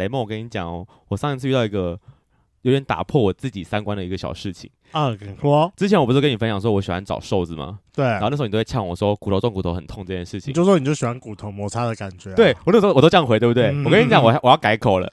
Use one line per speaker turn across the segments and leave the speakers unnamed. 雷梦，我跟你讲哦，我上一次遇到一个有点打破我自己三观的一个小事情。
啊，你说
之前我不是跟你分享说我喜欢找瘦子吗？
对
然，后那时候你都会呛我说骨头中骨头很痛这件事
你
情。
就说你就喜欢骨头摩擦的感觉、啊，
对，我那时候我都这样回，对不对？
嗯
我跟你讲，我还我要改口 了。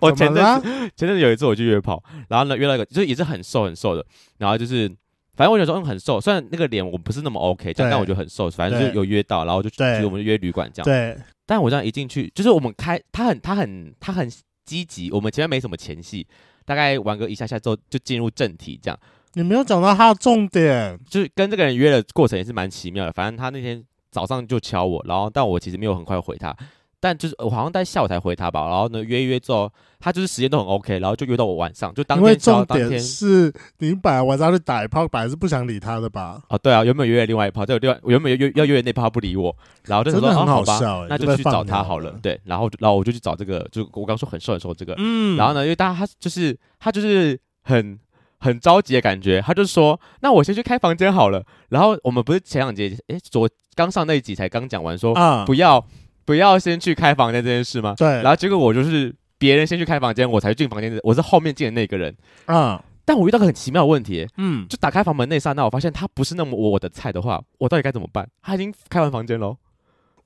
我前
怎么
阵
啦，
前阵子有一次我去约炮，然后呢约到一个就是也是很瘦很瘦的，然后就是反正我想说嗯很瘦，虽然那个脸我不是那么 OK，这样
对
但我觉得很瘦，反正就是
对
有约到，然后就去
对
我们就约旅馆这样。
对
但我这样一进去，就是我们开他很他很他很积极，我们前面没什么前戏，大概玩个一下下之后就进入正题这样。
你没有讲到他的重点，
就是跟这个人约的过程也是蛮奇妙的。反正他那天早上就敲我，然后但我其实没有很快回他，但就是我好像在下午才回他吧。然后呢约一约之后，他就是时间都很 OK，然后就约到我晚上，就当
因为
天敲
重
当天
点。是你本来晚上去打一炮，本来是不想理他的吧？
哦，对啊，原本约了另外一炮，但我另外我原本约要约的那炮他不理我，然后就
真
想说
的很
啊、好吧，
笑、欸，
那
就
就
被
去
放
找他
鸟
好了。，对，然后就然后我就去找这个，就我刚说很瘦很瘦这个，
嗯，
然后呢，因为大家他就是他就是很很着急的感觉，他就说：“那我先去开房间好了。”然后我们不是前两节，诶，昨刚上那一集才刚讲完说、
啊，
不要不要先去开房间这件事吗？
对，
然后结果我就是别人先去开房间，我才进房间的，我是后面进的那个人。
啊，
但我遇到个很奇妙的问题，
嗯，
就打开房门那一刹那，我发现他不是那么我的菜的话，我到底该怎么办？他已经开完房间喽。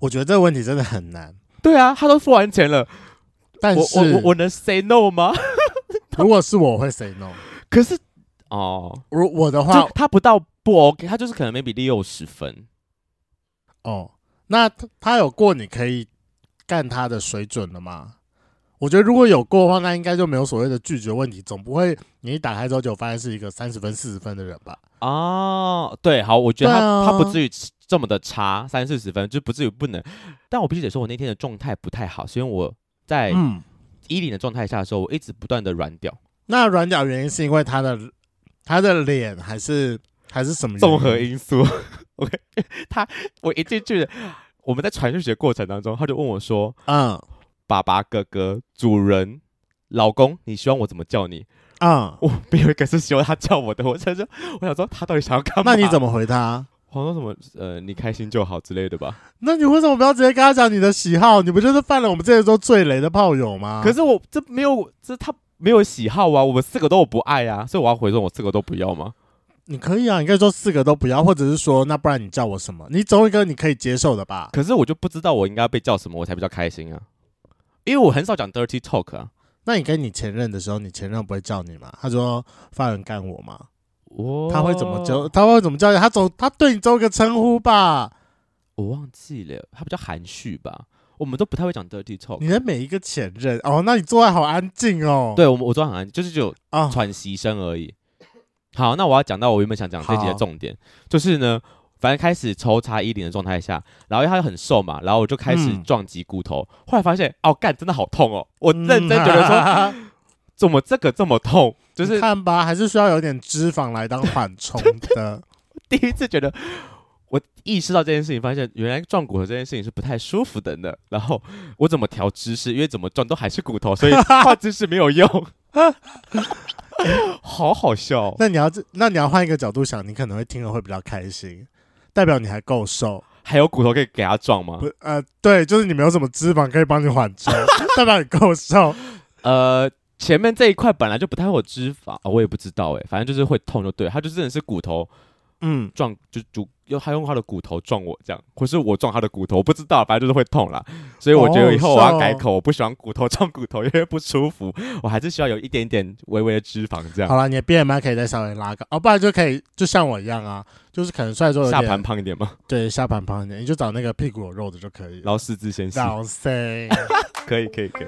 我觉得这个问题真的很难。
对啊，他都付完钱了，
但
我
是
我我我能 say no 吗？
如果是我我会 say no，
可是哦，
如我的话
就他不到不 OK，他就是可能 maybe 六十分。
哦，那他他有过你可以干他的水准了吗？我觉得如果有过的话，那应该就没有所谓的拒绝问题，总不会你一打开之后就发现是一个三十分、四十分的人吧？
哦，对，好，我觉得他、
对啊
他不至于这么的差，三四十分就不至于不能。但我必须得说，我那天的状态不太好，是因为我在
嗯，
衣领的状态下的时候，我一直不断的软屌，
那软脚原因是因为他的他的脸还是还是什么原因
综合因 素。OK，他我一进去，我们在传讯息的过程当中，他就问我说
嗯：“
爸爸、哥哥、主人、老公，你希望我怎么叫你
嗯？”，
我 没有一个是希望他叫我的，我想说，我想说他到底想要干嘛？
那你怎么回他？
黄说什么呃，你开心就好之类的吧。
那你为什么不要直接跟他讲你的喜好？你不就是犯了我们这些都最雷的炮友吗？
可是我这没有，这他没有喜好啊，我们四个都有不爱啊，所以我要回说，我四个都不要吗？
你可以啊，你可以说四个都不要，或者是说，那不然你叫我什么？你总有一个你可以接受的吧？
可是我就不知道我应该被叫什么，我才比较开心啊，因为我很少讲 dirty talk 啊。
那你跟你前任的时候，你前任不会叫你吗？他说犯人干我吗？
我
哦他会怎么叫？？他会怎么叫你？他总他对你总有个称呼吧？
我忘记了，他比较含蓄吧。我们都不太会讲 dirty talk。
你的每一个前任哦，那你做爱好安静哦。
对，我们我昨晚好像就是只有
啊，
喘息声而已。好，那我要讲到我原本想讲这集的
好
重点，就是呢，反正开始抽查衣领的状态下，然后因为他又很瘦嘛，然后我就开始
嗯
撞击骨头，后来发现哦，干真的好痛哦，我认真觉得说、
嗯
怎么这个这么痛，就
你
是
看吧，还是需要有点脂肪来当缓 冲
哦
的。
第一次觉得。我意识到这件事情，发现原来撞骨头这件事情是不太舒服的呢。然后我怎么调姿势，因为怎么撞都还是骨头， 所以换姿势没有用。好好笑、哦，
那你要那你要换一个角度想，你可能会听了会比较开心，代表你还够瘦。
还有骨头可以给他撞吗？
不，呃，对，就是你没有什么脂肪可以帮你缓 冲，代表你够瘦。
呃，前面这一块本来就不太会有脂肪，哦、我也不知道哎，反正就是会痛就对，他就真的是骨头
嗯，
撞，就就用他用他的骨头撞我这样，或是我撞他的骨头，我不知道，反正就是会痛啦。所以我觉得以后我要改口，我不喜欢骨头撞骨头，因为不舒服， 我还是需要有一点点微微的脂肪这样。
好了，你的 BMI 可以再稍微拉高，哦，不然就可以就像我一样啊，就是可能虽然说有
下
点
盘胖一点嘛，
对下盘胖一点，你就找那个屁股有肉的就可以了。
然后四肢先细，
老塞，
可以可以可以。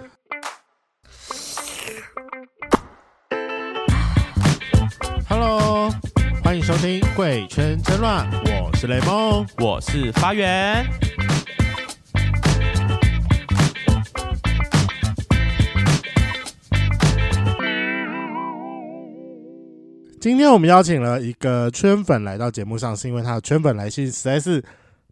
Hello，欢迎收听《贵圈争乱》，我是雷梦。
我是发源，
今天我们邀请了一个圈粉来到节目上，是因为他的圈粉来信实在是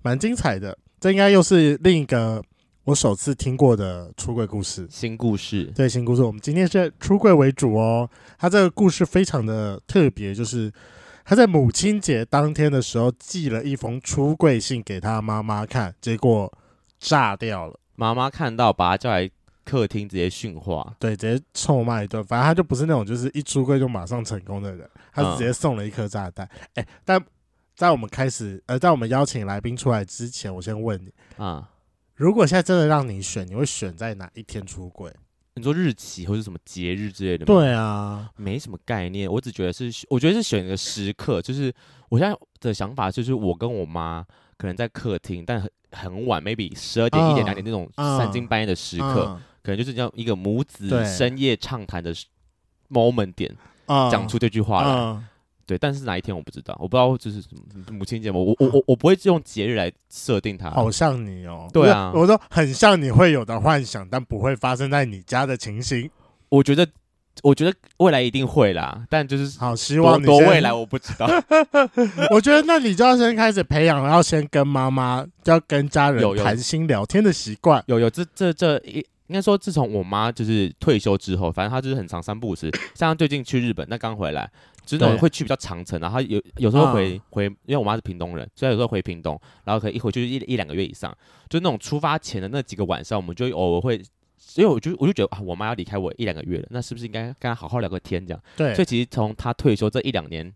蛮精彩的，这应该又是另一个我首次听过的出轨故事。
新故事，
对，新故事，我们今天是出柜为主哦。他这个故事非常的特别，就是他在母亲节当天的时候寄了一封出柜信给他妈妈看，结果炸掉了。
妈妈看到把他叫来客厅直接训话，
对，直接臭骂一顿。反正他就不是那种就是一出柜就马上成功的人，他是直
嗯
接送了一颗炸弹。哎、但在我们开始呃，在我们邀请来宾出来之前，我先问你，
啊、
如果现在真的让你选，你会选在哪一天出柜？
你说日期或是什么节日之类的吗？
对啊，
没什么概念，我只觉得是，我觉得是选一个时刻，就是我现在的想法就是，我跟我妈可能在客厅，但很很晚，maybe 十二点、一点、两点那种
嗯
三更半夜的时刻，
嗯
可能就是这样一个母子
对
深夜畅谈的时 moment 点，
嗯
讲出这句话来。
嗯
对，但是哪一天我不知道，我不知道就是什么母亲节嘛，我我我我不会用节日来设定它。
好像你啊哦、
啊对啊
我说很像你会有的幻想，但不会发生在你家的情形。
我觉得，我觉得未来一定会啦，但就是
好，希
多
望你
多
先
未来我不知道。
我觉得那你就要先开始培养，要先跟妈妈，要跟家人
有有
谈心聊天的习惯。
有有，这这这一应该说，自从我妈就是退休之后，反正她就是很常三不五时，像她最近去日本，那刚回来，就是那种
对
会去比较长城，然后她有有时候回、
嗯
回，因为我妈是屏东人，所以她有时候回屏东，然后可以一回去就一一两个月以上，就是那种出发前的那几个晚上，我们就偶尔会。因为我就我就觉得啊，我妈要离开我一两个月了，那是不是应该跟她好好聊个天这样？
对
所以，其实从她退休这一两年，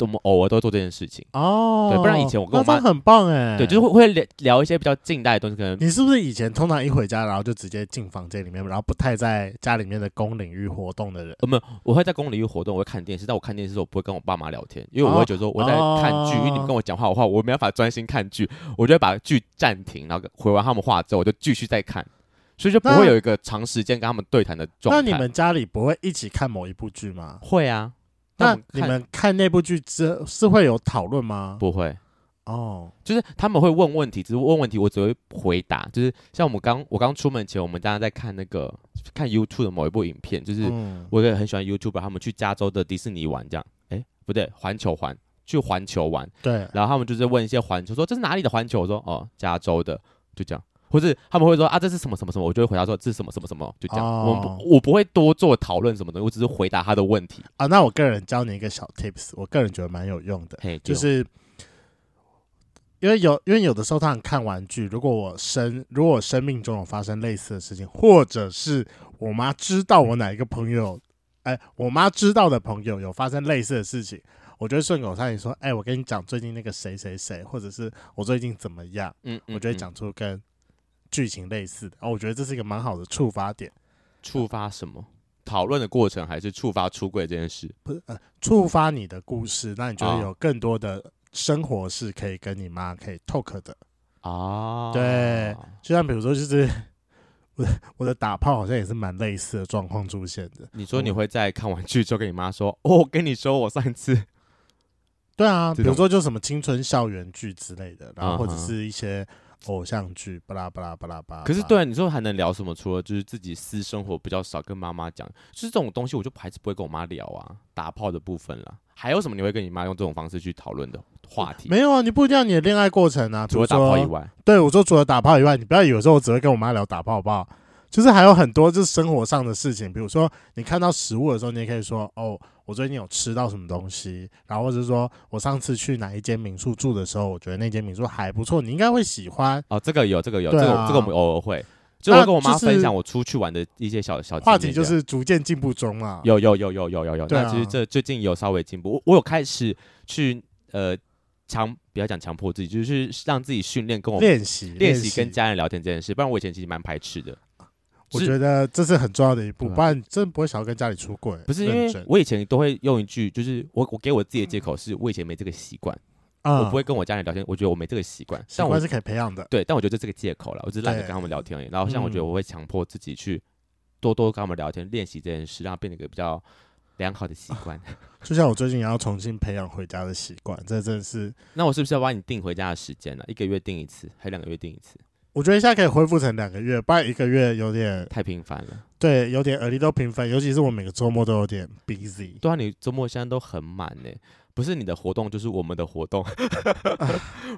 我们偶尔都会做这件事情。
哦，
对不然以前我跟我妈
那这样很棒哎，
对，就是会会聊聊一些比较近代的东西，可能
你是不是以前通常一回家，然后就直接进房间里面，然后不太在家里面的公领域活动的人？
呃，没有，我会在公领域活动，我会看电视，但我看电视的时候，我不会跟我爸妈聊天，因为我会觉得说我在看剧，
哦
因为你们跟我讲话的话，我没办法专心看剧，我就会把剧暂停，然后回完他们话之后，我就继续再看，所以就不
那
会有一个长时间跟他们对谈的状态。
那你们家里不会一起看某一部剧吗？
会啊？
那
但我
你
看
们看那部剧之是会有讨论吗？
不会？
哦，
就是他们会问问题，只是问问题，我只会回答。就是像我们刚我刚出门前，我们大家在看那个看 YouTube 的某一部影片，就是
嗯
我也很喜欢 YouTuber，他们去加州的迪士尼玩，这样，哎，不对，环球环去环球玩。
对，
然后他们就是问一些环球，说这是哪里的环球？我说哦，加州的，就这样。或是他们会说啊，这是什么什么什么，我就会回答说这是什么什么什么，就这样。我
哦
不我不会多做讨论什么东西，我只是回答他的问题。
啊，那我个人教你一个小 tips，我个人觉得蛮有用的。
嘿，这
就
种
是因为有，因为有的时候，他看完剧，如果我生，如果我生命中有发生类似的事情，或者是我妈知道我哪一个朋友，哎、我妈知道的朋友有发生类似的事情，我就会顺口上去说，哎、我跟你讲，最近那个谁谁谁，或者是我最近怎么样，
嗯，嗯
我就会
嗯
讲出跟剧情类似的。哦，我觉得这是一个蛮好的触发点，
触发什么讨论的过程，还是触发出柜这件事？
不是呃，触发你的故事，那你就会
哦
有更多的生活是可以跟你妈可以 talk 的。
啊，
对就像比如说，就是 我的我的打炮好像也是蛮类似的状况出现的。
你说你会在看完剧之后跟你妈说，哦，我跟你说，我上一次
对啊，
这
比
种
如说就什么青春校园剧之类的，然后或者
嗯哼
是一些偶像剧，巴拉巴拉巴拉巴拉。
可是对啊，你说还能聊什么？除了就是自己私生活比较少跟妈妈讲，就是这种东西，我就还是不会跟我妈聊啊。打炮的部分啦，还有什么你会跟你妈用这种方式去讨论的话题？
没有啊，你不一定要你的恋爱过程啊，比
除
如
了打炮以
说，
外，
对我说除了打炮以外，你不要以为说我只会跟我妈聊打炮，好不好？就是还有很多就是生活上的事情，比如说你看到食物的时候，你也可以说哦，我最近有吃到什么东西，然后或者是说我上次去哪一间民宿住的时候，我觉得那间民宿还不错，你应该会喜欢。
哦，这个有，这个有，
对
这个
啊
这个我们偶尔会，就会跟我妈
就是
分享我出去玩的一些小小经
话
验
题
这
就
样
是逐渐进步中啊嘛。
有有有有有有有。
对啊
那其实这最近有稍微进步，我我有开始去呃强，不要讲强迫自己，就是让自己训练跟我
练习，
练习
习
跟。家人聊天这件事，不然我以前其实蛮排斥的。
我
是
觉得这是很重要的一步，
对啊
不然真的不会想要跟家里出轨。
不是因
认
为
真
我以前都会用一句，就是我我给我自己的借口是我以前没这个习惯，
啊，
我不会跟我家人聊天，我觉得我没这个习惯。
习
但我
惯是可以培养的。
对，但我觉得这是个借口了，我只是懒得
对
跟他们聊天而已。然后像我觉得
嗯
我会强迫自己去多多跟他们聊天，练习这件事，让它变成一个比较良好的习惯。
就像我最近也要重新培养回家的习惯，这真的是，
那我是不是要帮你定回家的时间呢？一个月定一次，还两个月定一次，
我觉得现在可以恢复成两个月，不然一个月有点
太频繁了。
对，有点耳力都平分，尤其是我每个周末都有点 busy。
对啊，你周末现在都很满呢、不是你的活动就是我们的活 动，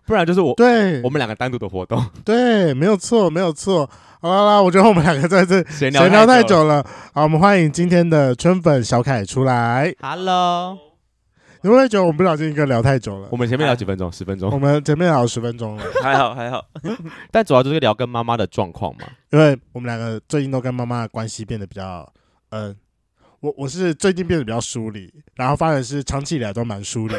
不然就是我
对
我，们两个单独的活动。
对，没有错，没有错。好啦啦，我觉得我们两个在这
闲
闲聊太
太
久了。好，我们欢迎今天的春粉小凯出来。
，Hello。
你会不会觉得我们不小心一个聊太久了
我？们前面聊几分钟，十分
哎我
钟，
们前面聊了十分钟了，
还好还好，
但主要就是聊跟妈妈的状况嘛。
因为我们两个最近都跟妈妈的关系变得比较，嗯、我我是最近变得比较疏离，然后发现是长期以来都蛮 疏离。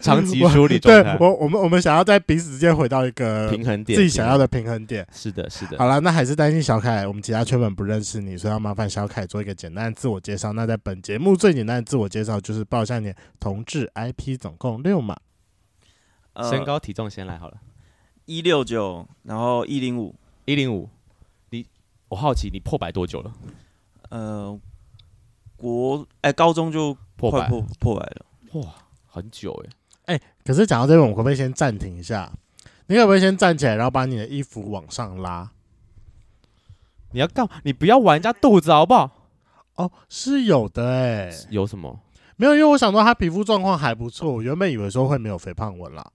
长期梳理状
对
态，
我，我们我们想要在彼此之间回到一个
平衡点，
自己想要的平衡点。
是的，是的。
好了，那还是担心小凯，我们其他圈粉不认识你，所以要麻烦小凯做一个简单的自我介绍。那在本节目最简单的自我介绍就是报一下你的同志 IP，总共六码。
呃
身高体重先来好了，
一六九，然后一零五，
一零五。你我好奇你破百多久了？
呃，国哎、高中就
破
快
百
破破百了，
很久哎、
可是讲到这边，我们可不可以先暂停一下？你可不可以先站起来，然后把你的衣服往上拉？
你要干嘛？你不要玩人家肚子好不好？
哦，是有的哎、
有什么？
没有，因为我想到他皮肤状况还不错，我原本以为说会没有肥胖纹啦。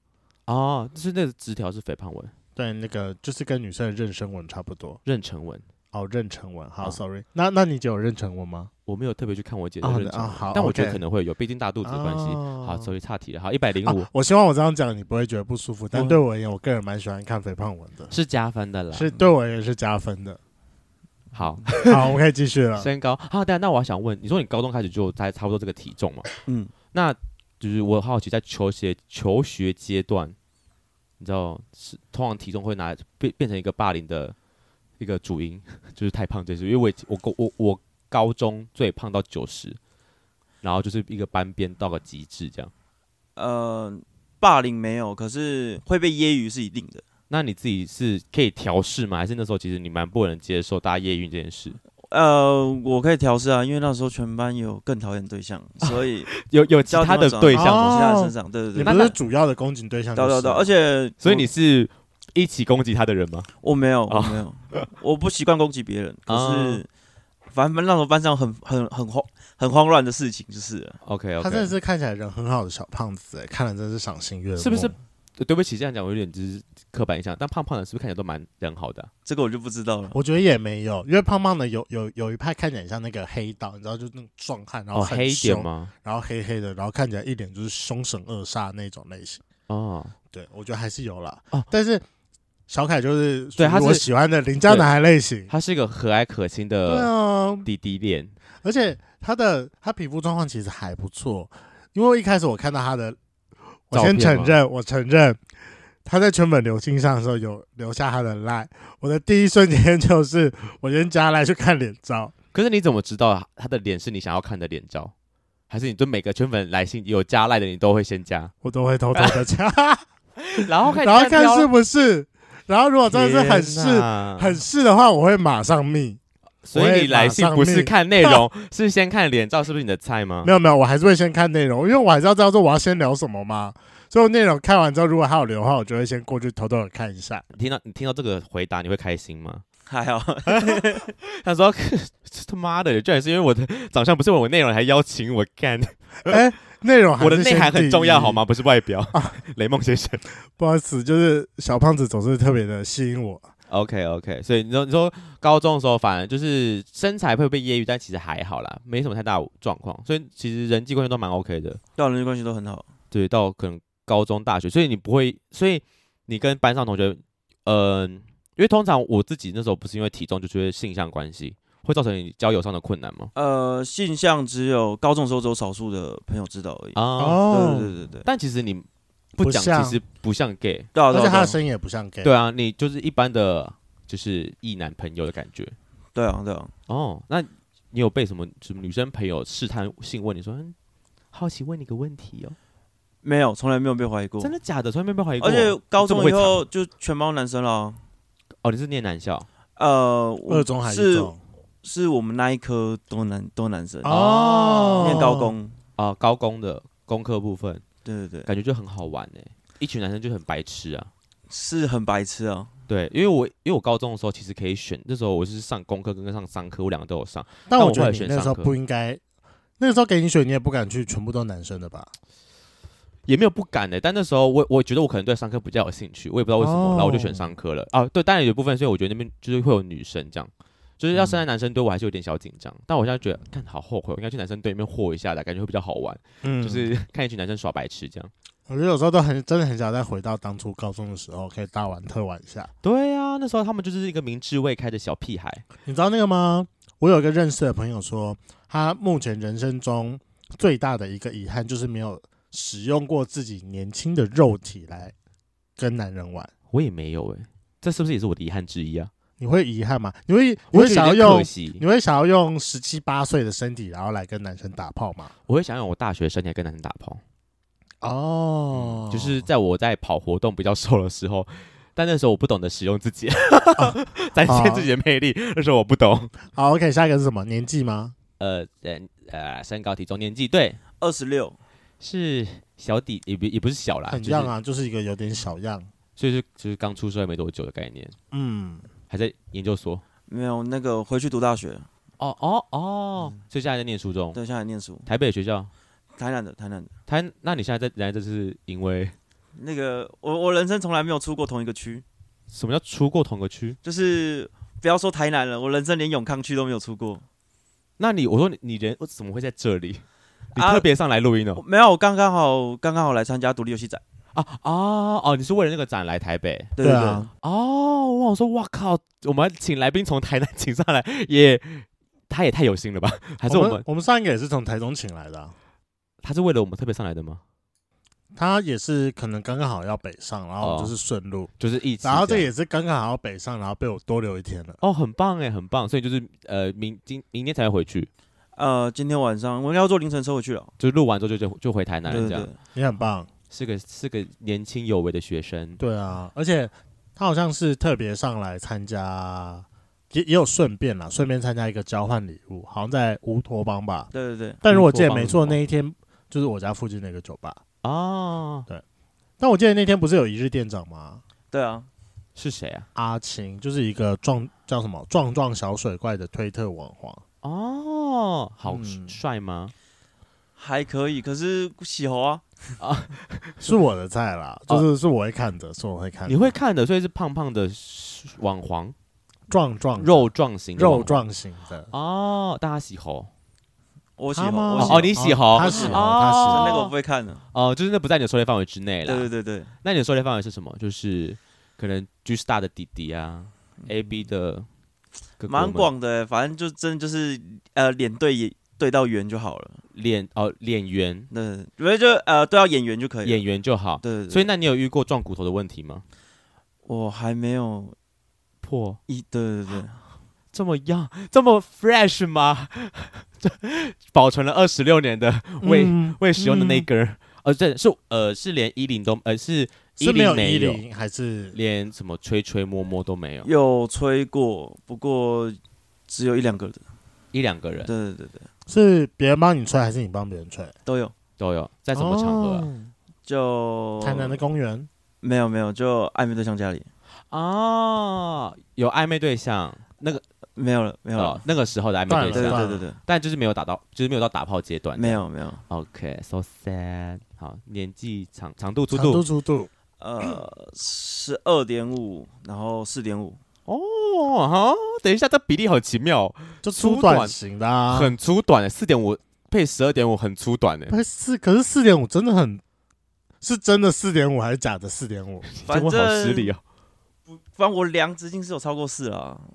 哦，就是那个枝条是肥胖纹、
对，那个就是跟女生的妊娠纹差不多。
妊娠纹。
哦，妊娠纹，好、
嗯
s o r r y 那那你姐有妊娠纹吗？
我没有特别去看我姐的
哦
妊娠
啊
纹
好
但我觉得
OK
可能会有，毕竟大肚子的关系。
哦
好，所以岔题了。好，一百零五
啊，我希望我这样讲你不会觉得不舒服，但
嗯
对我而言，我个人蛮喜欢看肥胖纹的，
是啊加分的啦。
是对我而言是加分的。
好，
好，我们可以继续了。
身高。好，但那我还想问，你说你高中开始就在差不多这个体重嘛？
嗯，
那就是我好奇，在求学求学阶段，你知道是通常体重会拿变变成一个霸凌的一个主因， 就是太胖这件事。因为我已经我高我我高中最胖到九十，然后就是一个班边到个极致这样。
呃，霸凌没有，可是会被揶揄是一定的。
那你自己是可以调试吗？还是那时候其实你蛮不能接受大家揶揄这件事？
呃，我可以调试啊，因为那时候全班有更讨厌的对象，
啊
所以
有有其他的对象吗？
哦
往在他身上，对对
你
对，
不
那
是主要的攻击对象就
对
是
对
了，
对，而且
所以你是一起攻击他的人吗？
我没有，
哦
我没有，我不习惯攻击别人，可是反正那时候班上很很很慌很慌乱的事情就是了
OK
他真的
OK，
是看起来人很好的小胖子、哎，看了真是赏心悦目。
是不是？对不起，这样讲我有点就是刻板印象，但胖胖的是不是看起来都蛮人好的啊、
这个我就不知道了。
我觉得也没有，因为胖胖的有有有一派看起来像那个黑道，你知道，就那种壮汉，然后
哦，
很
黑一点
凶
吗？
然后黑黑的，然后看起来一脸就是凶神恶煞那种类型。
哦，
对，我觉得还是有啦。
哦
但是小凯就是
对
属于
他是
我喜欢的邻家男孩类型。
他是一个和蔼可亲
对
的
啊，
弟弟恋，
而且他的他皮肤状况其实还不错，因为一开始我看到他的，我
照
先
片
承
吗
认，我承认他在全本流星上的时候有留下他的赖。我的第一瞬间就是我先加赖去看脸照，
可是你怎么知道他的脸是你想要看的脸照？还是你对每个圈粉来信有加赖的你都会先加，
我都会偷偷 的加，
然后看
然后看
挑
是不是，然后如果真的是很
天
是
哪
很是的话，我会马上密。
所以你来信
我会
不
马上
是
命
看内 容，是先看脸照，是不是你的菜吗
没？有没有，我还是会先看内容，因为我还是要知道说我要先聊什么嘛。所以我内容看完之后，如果还有留的话，我就会先过去偷偷的看 一下。
你听到你听到这个回答，你会开心吗？
还好，
他说：“ 这他妈的，居然是因为我的长相不是我内容，还邀请我干，
哎、内容还
我的嗯
是
啊内
先
涵很
第
重要
一
好吗？不是外表。 雷梦先生
不好意思，就是小胖子总是特别的吸引我。
，OK OK，所以你说你说高中的时候，反而就是身材会被揶揄，但其实还好啦，没什么太大的状况，所以其实人际关系都蛮 OK 的。
对人际关系都很好。
对，到可能高中、大学，所以你不会，所以你跟班上同学，嗯、因为通常我自己那时候不是因为体重，就觉得性向关系会造成你交友上的困难吗？
呃，性向只有高中的时候只有少数的朋友知道而已。
哦
啊、
对对对对对，
但其实你不讲，
不像
其实不像 gay。”
对啊
而
对
且他
啊
的声音也不像 gay。
对啊，你就是一般的，就是异男朋友的感觉。
对啊对啊，
哦，那你有被什么什么女生朋友试探性问你说，嗯好奇问你个问题哦，
没有，从来没有被怀疑过
真。的假的？从来没被怀疑过。
哦而且高中以
这么
后就全包男生了啊。
哦，你是念男校，
呃，
二
我
中还是一
是
中
是我们那一科都男都男生，
哦，
念高工。
啊、高工的工科部分，
对对对，
感觉就很好玩哎、一群男生就很白痴啊。
是很白痴啊。
对，因为我因为我高中的时候其实可以选，那时候我是上工科跟上商科，我两个都有上。
但
但
我
我
觉
后来
得你
选
那时
上
候
课
不应该，那个时候给你选，你也不敢去，全部都男生的吧？
也没有不敢的、但那时候我我觉得我可能对商科比较有兴趣，我也不知道为什么，
哦
然后我就选商科了啊。对，当然有一部分是因为我觉得那边就是会有女生这样，就是要生在男生队，我还是有点小紧张。但我现在觉得，看好后悔，我应该去男生队里面和一下的，感觉会比较好玩，
嗯，
就是 看一群男生耍白痴这样。
我觉得有时候都很真的很想再回到当初高中的时候，可以大玩特玩一下。
对啊，那时候他们就是一个明智未开的小屁孩。
你知道那个吗？我有一个认识的朋友说，他目前人生中最大的一个遗憾就是没有使用过自己年轻的肉体来跟男人玩。
我也没有哎、这是不是也是我的遗憾之一啊？
你会遗憾吗？你会，你
我
会
觉
想
得
要
有点可
用，
惜
你，会想要用十七八岁的身体，然后来跟男生打炮吗？
我会想用我大学生涯跟男生打炮。
哦
就是在我在跑活动比较瘦的时候， 但那时候我不懂得使用自 己，展现自己的魅力。那时候我不懂，
好，OK，下一个是什么？年纪吗？
呃呃呃，身高体重年纪对
二十六，
是小底也不也不是小啦，
很
就是
样啊，就是一个有点小样。
所以是就是刚出社会没多久的概念，
嗯，
还在研究所。
没有那个回去读大学，
哦哦哦，所以现在在念书中，
对，现在念书，
台北的学校。
台南的，台南的。
他，那你现在在来这是因为
那个我我人生从来没有出过同一个区，
什么叫出过同个区？
就是不要说台南了，我人生连永康区都没有出过。
那你我说你你人我怎么会在这里？你
啊
特别上来录音
我
哦？
没有，我刚刚好刚刚好来参加独立游戏展，
啊哦哦，你是为了那个展来台北？
对
对
对
啊
哦，我想说，哇靠，我们请来宾从台南请上来，也他也太有心了 吧？还是我
我
们
我们上一个也是从台中请来的啊、
他是为了我们特别上来的吗？
他也是可能刚刚好要北上，然后我
哦
就是顺路，
就是一起样，
然后这也是刚刚好要北上，然后被我多留一天了。
哦，很棒哎，很棒，所以就是呃，明今明天才会回去，
呃，今天晚上我应该要坐凌晨车回去了。
就录完之后就就就回台南
对
了
对
这样，
对，
你很棒，
是个是个年轻有为的学生，
对啊，而且他好像是特别上来参加，也也有顺便啦，顺便参加一个交换礼物，好像在乌托邦吧。
对对对，
但如果
乌
记
托邦
得没错，
是什么
那一天就是我家附近的一个酒吧。
哦，
但我记得那天不是有一日店长吗？
对啊，
是谁啊？
阿晴就是一个壮叫什么壮壮小水怪的推特网红，
哦，好
嗯
帅吗？
还可以，可是喜猴啊，
是我的菜啦，
哦
就是是我会看的，是我会看的。
你会看的，所以是胖胖的网黄，
壮壮
肉壮型的网
肉
黄
壮型的？
哦，大家喜猴
我喜
他
猴，
吗
我
哦
喜
哦你喜猴
他喜猴，
哦
他喜
但
猴
那个我不会看的。
哦，就是那不在你的狩猎范围之内了。
对对对对，
那你的狩猎范围是什么？就是可能 G Star 的弟弟啊，A B 的哥哥们，
蛮广的欸，反正就真的就是呃脸对眼对到圆就好了，
脸哦脸圆
对，因为就呃对到眼圆就可以了。
眼圆就好。
对对对，
所
以
以那你有遇过撞骨头的问题吗？
我还没有
破
一对对对对，
这么样这么 fresh 吗？ 这保存了二十六年的未、
嗯
未使用的那
嗯
根儿，呃，对，是呃是连衣领都呃是
是没有
没
衣
有
领还是
连什么吹吹摸摸都没有，
有吹过，不过只有一两个的，
一两个人
对对对对，
是别人帮你吹还是你帮别人吹？
都有。
都有，在什么场合啊？
哦
就
台南的公园
没有没有，就暧昧对象家里
哦，有暧昧对象，那个
没有了没有
哦
了，，
那个时候的暧
断
昧
了
对
对
象，
对
算
对对
但就是没啊有打到，就是没有到打炮阶段。
对，没。有没有，
OK，so、sad。好，年纪长长度粗
长度
度
粗度，
呃，十二点五，然后四点五，
哦哈，等一下，这比例好奇妙，
就
粗
粗短
短
型的啊。
很粗短的，四点五配十二点五，很粗短 的。
不是哎四，可是四点五真的很，是真的四点五还是假的四点五？
反
中文好失
正
礼哦。
反正我量直径是有超过四啊啦，
嗯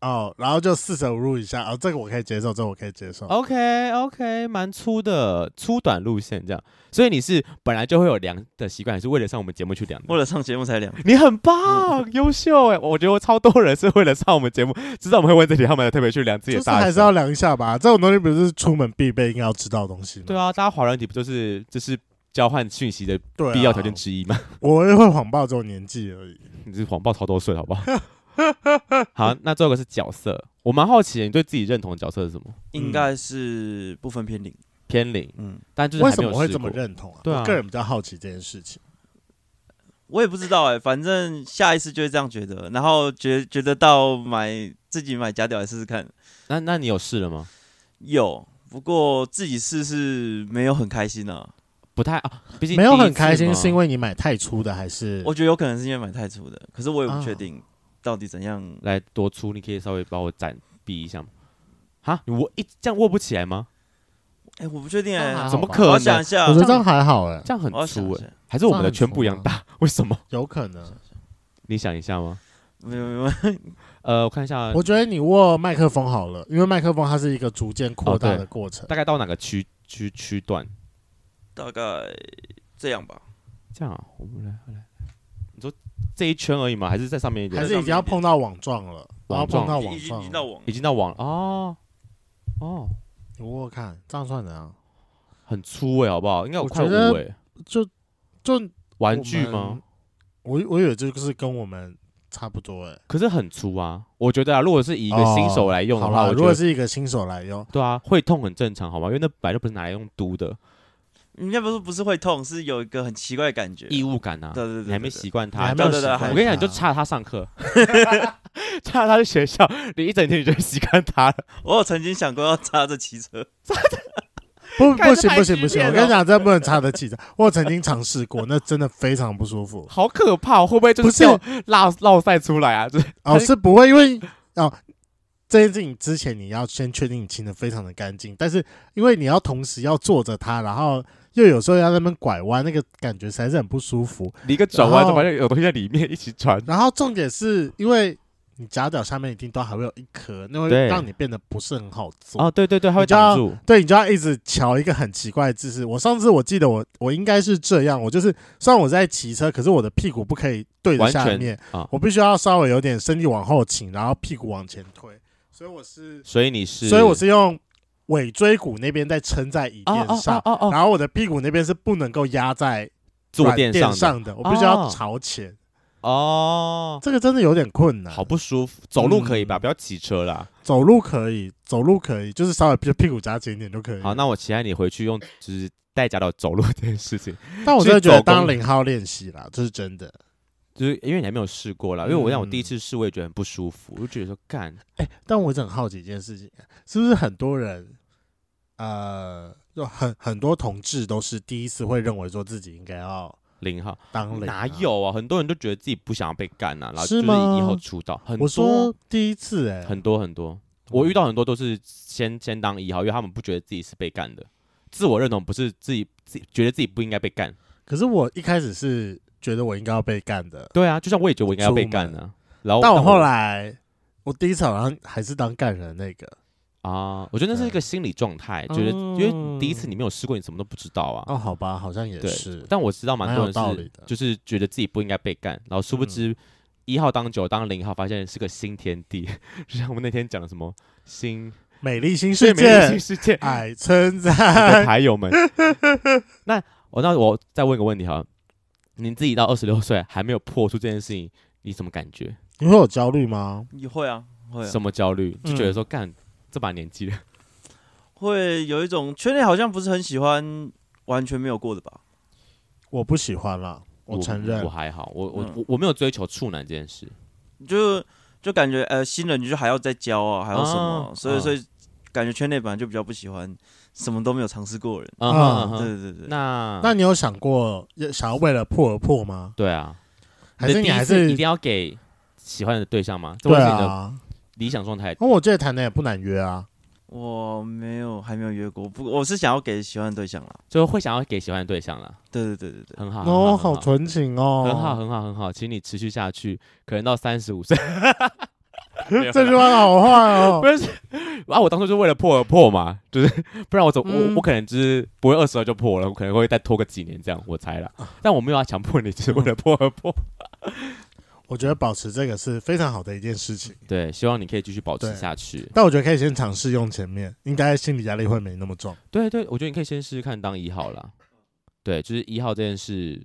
哦，然后就四舍五入一下，哦，这个我可以接受，这个我可以接
哦
受。
OK OK，蛮粗的，粗短路线这样。所以你是本来就会有量的习惯，还是为了上我们节目去量的？
为了上节目才量。
你很棒，优秀哎！我觉得我超多人是为了上我们节目，知道我们会问这题，他们特别去量自己
就
的
是
大小。
还是要量一下吧，这种东西不是出门必备应该要知道的东西吗？
对啊，大家滑软体不就是就是交换讯息的
对啊，
必要条件之一吗？
我也会谎报这种年纪而已。
你是谎报超多岁，好 不好？好，那最后一个是角色，我蛮好奇的你对自己认同的角色是什么？
应该是不分偏零。
偏零，
嗯，
但就是
为
还
什
没
么
有
会
试
这么
过？
认同啊？
对啊
我个人比较好奇这件事情。
我也不知道哎、反正下一次就会这样觉得，然后觉觉得到买自己买假屌来试试看。
那那你有试了吗？
有，不过自己试试没有很开心啊。
不太啊，毕竟
没有
第一
很开
次
心，
嘛
是因为你买太粗的还是
啊
我觉得有可能是因为买太粗的，可是我也不确定。到底怎样？
来多粗，你可以稍微把我展避一下吗？哈，我一这样握不起来吗？
哎，我不确定
那还
哎
好，
怎么
吧
可
我要
能？
想一下
我觉，得这样还好哎、
这样很
我要想
粗
一
哎、
下，
还是我们的
这样
圈
很
不一样
粗吗
啊
大？为什么？
有可能。
嗯你想一下吗？
没有没有，没有
呃，我看一下，
我觉得你握麦克风好了，因为麦克风它是一个逐渐扩大
哦
的
对
过程。
大概到哪个区区区段？
大概这样吧。
这样啊，我们来来来，你说这一圈而已吗？还是在上面一点
还？是已经要碰到网状了，然
网
后
状
碰到
已
网
经已经已
状
经
了，
到网
已经到网了哦哦，
你握握看，这样算怎样？
很粗哎、好不好？应该有
我觉
快五
得
哎、
就就
玩具吗？？
我我以为这个是跟我们差不多哎、欸。
可是很粗啊，我觉得啊，如果是以一个新手来用的
哦好
话，
啦，
我
如
觉
果
得
是一个新手来用，
对啊，会痛很正常，好吗？因为那本来就不是拿来用嘟的，
人家不是不是会痛，是有一个很奇怪的感觉。
异物感啊，
对对对，
你还没
对对
习惯
你
它
还。没有
对
习
对对
惯啊
还
我跟你讲，你就
它
差他上课， 差他去学校，你一整天你就习惯他了。
我有曾经想过要插着骑车，
不
干
不
这
行
拍
不行
纪
不行，
念
我
哦
跟你讲，真不能插得起的。我曾经尝试过，那真的非常不舒服。
好可怕、哦，会不会就
不是
掉落落塞出来啊？ 就是
哦，
很
是不会，因为哦这件事情之前你要先确定你清的非常的干净，但是因为你要同时要坐着它，然后又有时候要在那边拐弯，那个感觉实在是很不舒服。
你一个转弯，
然后
发现有东西在里面一起传。
然后重点是因为你夹角下面一定都还会有一颗，那会
对
让你变得不是很好做。
哦，对对对，它会
你知道
挡住。
对，你就要一直瞧一个很奇怪的姿势。我上次我记得我我应该是这样，我就是虽然我在骑车，可是我的屁股不可以对着
完
下
全
面，
啊
我必须要稍微有点身体往后倾，然后屁股往前推。所以我是，
所以你是，
所以我是用尾椎骨那边在撑在椅
哦
垫
哦
上
哦，哦哦，
然后我的屁股那边是不能够压在
坐
软
垫
垫
上的
上的，我必须要
哦
朝前。
哦，
这个真的有点困难。
好不舒服。走路可以
嗯
吧？不要骑车啦。
走路可以，走路可以，就是稍微就屁股夹紧一点就可以。
好，那我期待你回去用就是带假脚走路这件事情，
但我真的觉得
去走
当
公
零号练习啦，这、是真的。
就是因为你还没有试过啦。因为我让我
嗯
第一次试，我也觉得很不舒服，我就觉得说干
哎、但我一直很好奇一件事情，是不是很多人，呃，就很很多同志都是第一次会认为说自己应该要
零号
当零、
哪？有啊？很多人都觉得自己不想要被干啊，然后
是
就是以
吗
后出道，很
我
多
说第一次、欸，哎，
很多很多，我遇到很多都是先先当一号，因为他们不觉得自己是被干的，自我认同不是自己自己觉得自己不应该被干。
可是我一开始是觉得我应该要被干的，
对啊，就像我也觉得我应该要被
出
干
门
啊，然后
哦但我后来，我第一次好像还是当干人的那个。
啊，我觉得那是一个心理状态，觉得因为你第一次你没有试过，你什么都不知道啊。
嗯哦，好吧，好像也
对
是，
但我知道蛮
蛮
多
有
人
道
是
理的。嗯
就是觉得自己不应该被干，然后殊不知一号当九当零号，发现是个新天地， 就像我们那天讲的什么新
美丽新
美
世
丽
界
新，世界
爱称
的
赞。
牌 友们。那我那我再问一个问题哈，你自己到二十六岁还没有破除这件事情，你什么感觉？
你会有焦虑吗？
你会啊，会啊，
什么焦虑？就觉
嗯
得说干这把年纪了，
会有一种圈内好像不是很喜欢完全没有过的吧？
我不喜欢啊啦，我承认
我。还好，我我
嗯
我我没有追求处男这件事。
就就感觉呃新人你就还要再教啊，还要什么，
啊
所
啊
以所以感觉圈内本来就比较不喜欢什么都没有尝试过的人。
嗯哼
啊
嗯哼
对对对对，
那
那你有想过要想要为了破而破吗？
对啊，
还
的
是
第
你
一
还
次一
是
定要给喜欢的对象吗？这会
对
是你的
啊？
理想状态。
那我记得谈的也不难约啊。
我没有还没有约过，不我是想要给喜欢的对象啦。
就会想要给喜欢的对象啦，
对对对对对，
很好，
哦，
很
好
好，
纯情哦，
很好，很好，很好，请你持续下去，可能到三十五岁。
哦 这句话好坏哦
不。是 啊，我当初就为了破而破嘛，就是不然我怎
嗯
我我可能就是不会二十二就破了，我可能会再拖个几年这样，我猜啦。
啊
但我没有要强迫你，就是为了破而破。
嗯我觉得保持这个是非常好的一件事情，
对，希望你可以继续保持
对
下去。
但我觉得可以先尝试用前面，应该心理压力会没那么重。
对对，我觉得你可以先试试看当一号啦。对，就是一号这件事，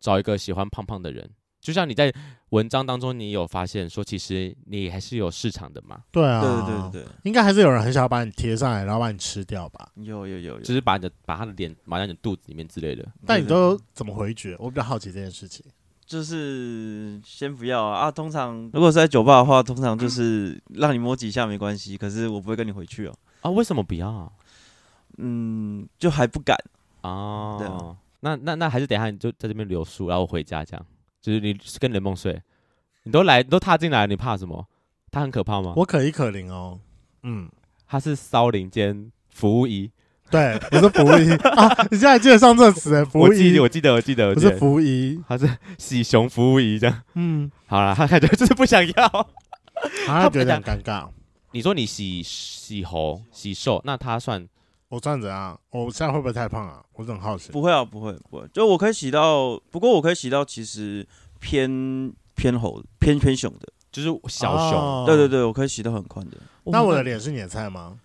找一个喜欢胖胖的人，就像你在文章当中，你有发现说，其实你还是有市场的嘛，
对啊，
对对对对
应该还是有人很想要把你贴上来，然后把你吃掉吧？
对，有有有有
就，是把你的把他的脸埋在你的肚子里面之类的。
但你都怎么回绝？我比较好奇这件事情。
就是先不要啊啊！通常嗯如果是在酒吧的话，通常就是让你摸几下没关系，可是我不会跟你回去哦。
啊，为什么不要啊？
嗯，就还不敢。
哦，
对啊
那那那还是等一下你就在这边留宿，然后我回家这样，就是你跟雷梦睡，你都来，你都踏进来了，你怕什么？它很可怕吗？
我可一可零哦，嗯，
它是骚灵间服务仪，
对，不是服役 啊，你现在还记得上这词欸，服
我记
役
得，我记得，我记得，我
不
记
是
得，
服役，
它是喜熊服务仪这样。
嗯，
好了，他感觉就是不想要。
啊，
他
觉
本
得
来
很尴尬。
你说你喜喜猴喜瘦，那他算
我这样怎样？啊我现在会不会太胖啊？我是很好奇。
不会啊，不会，不会。就我可以洗到，不过我可以洗到，其实偏偏猴、偏偏熊的。
就是小熊。
哦
对对对，我可以洗到很宽的，
那我的脸是你的菜吗？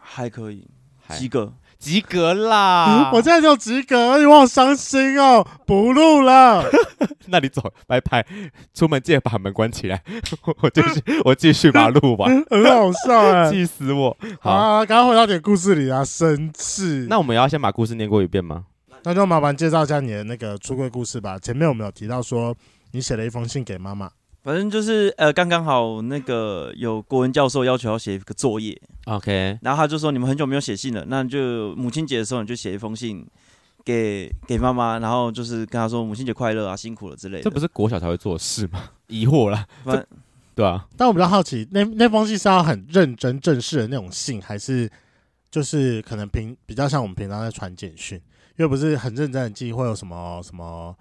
还可以
还
及格。
及格啦！
嗯我现在就及格，你好伤心哦，不录 了。
那你走，拜拜。出门记得把门关起来。 我继续，我继续把它录 完，
很好笑哎、
气死我！
好
好，
啊，刚刚回到你的故事里啊，生气。
那我们要先把故事念过一遍吗？
那就麻烦介绍一下你的那个出柜故事吧。前面我们有提到说，你写了一封信给妈妈，
反正就是呃，刚刚好那个有国文教授要求要写一个作业，
OK，
然后他就说你们很久没有写信了，那你就母亲节的时候你就写一封信给给妈妈，然后就是跟她说母亲节快乐啊，辛苦了之类的。
这不是国小才会做的事吗？ 疑惑啦，
反正
对啊，
但我比较好奇，那那封信是要很认真正式的那种信，还是就是可能平比较像我们平常在传简讯？因为不是很认真的记，会有什么什么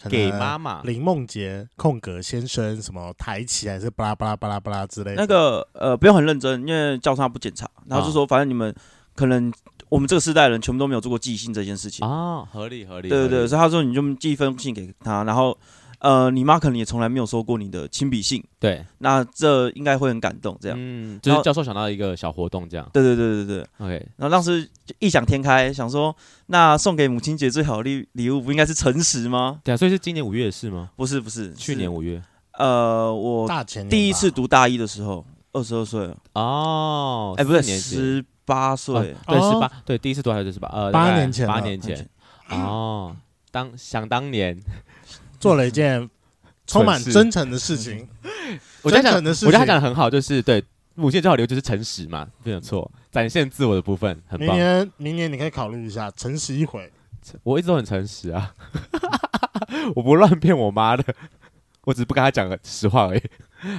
可能
给妈妈。
林梦杰空格先生什么抬起还是巴拉巴拉巴拉巴拉之类的。
那个呃，不用很认真，因为教授他不检查，然
啊
后就说反正你们可能我们这个世代的人全部都没有做过寄信这件事情。
哦，合理合理。
对对
合
对，
理，
所以他说你就寄一封信给他，然后呃，你妈可能也从来没有收过你的亲笔信，
对，
那这应该会很感动。这样，
嗯，就是教授想到一个小活动这样。
对对对对对。
OK，
然后当时就异想天开，想说那送给母亲节最好的礼礼物不应该是诚实吗？
对啊，所以是今年五月的事吗？
不是不是，
去
是
年五月
呃，我
大前年吧
第一次读大一的时候，二十二岁了，
哦，
哎、不对，
四年级
十八岁
哦，对，
哦
十八，对，第一次多还是十八，呃，
八
大概
年前
八
了
年前，哦，当想当年，
做了一件充满
蠢事
真诚的事情，
我觉得
真
他
诚
讲，
的事
我觉得他
情
讲。的很好，就是对母亲最好礼物就是诚实嘛，没有错，展现自我的部分很
明
棒，
年，明年你可以考虑一下，诚实一回。
我一直都很诚实啊， 我不乱骗我妈的，我只是不跟她讲实话而已。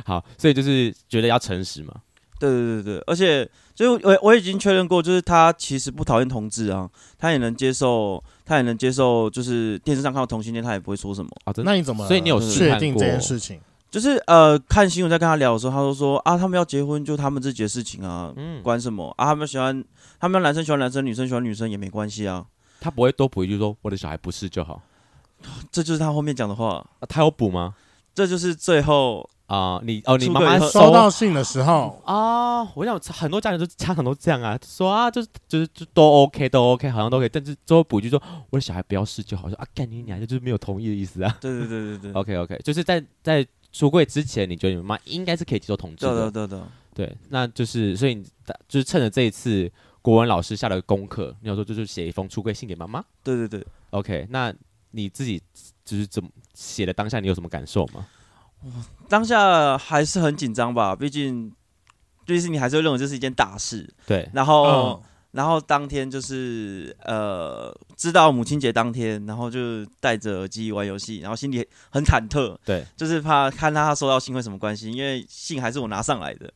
好，所以就是觉得要诚实嘛，
对对对对，而且就是我我已经确认过，就是他其实不讨厌同志啊，他也能接受，他也能接受，就是电视上看到同性恋，他也不会说什么。
啊，真的
那，你怎么？
所以你有试
确
探
定
过
这件事情？
就是呃，看新闻在跟他聊的时候，他都说啊，他们要结婚就他们自己的事情啊，
嗯，
关什么啊？他们喜欢，他们男生喜欢男生，女生喜欢女生也没关系啊。
他不会多补一句说我的小孩不是就好，
这就是他后面讲的话，
啊他有补吗？
这就是最后
啊，你哦，你
出
妈
轨
妈
以后
收到信的时候，
啊、我想很多家长都家长都这样啊，说啊，就是就是就都 OK 都 OK，好像都可以，但是最后补一句说，我的小孩不要试就好，说啊，干你娘，这就是没有同意的意思啊。
对对 对对对，
OK OK，就是在在出柜之前，你觉得你妈应该是可以接受同志
对
的
对，对对，
对，那就是所以你就是趁着这一次国文老师下的功课，你有说就是写一封出柜信给妈妈。
对对对，
OK，那你自己就是怎么写的当下，你有什么感受吗？
当下还是很紧张吧，毕竟毕竟你还是会认为这是一件大事，
对，
然后。
哦
嗯，
然后当天就是呃，知道母亲节当天，然后就戴着耳机玩游戏，然后心里很忐忑，
对，
就是怕看他收到信会什么关系，因为信还是我拿上来的，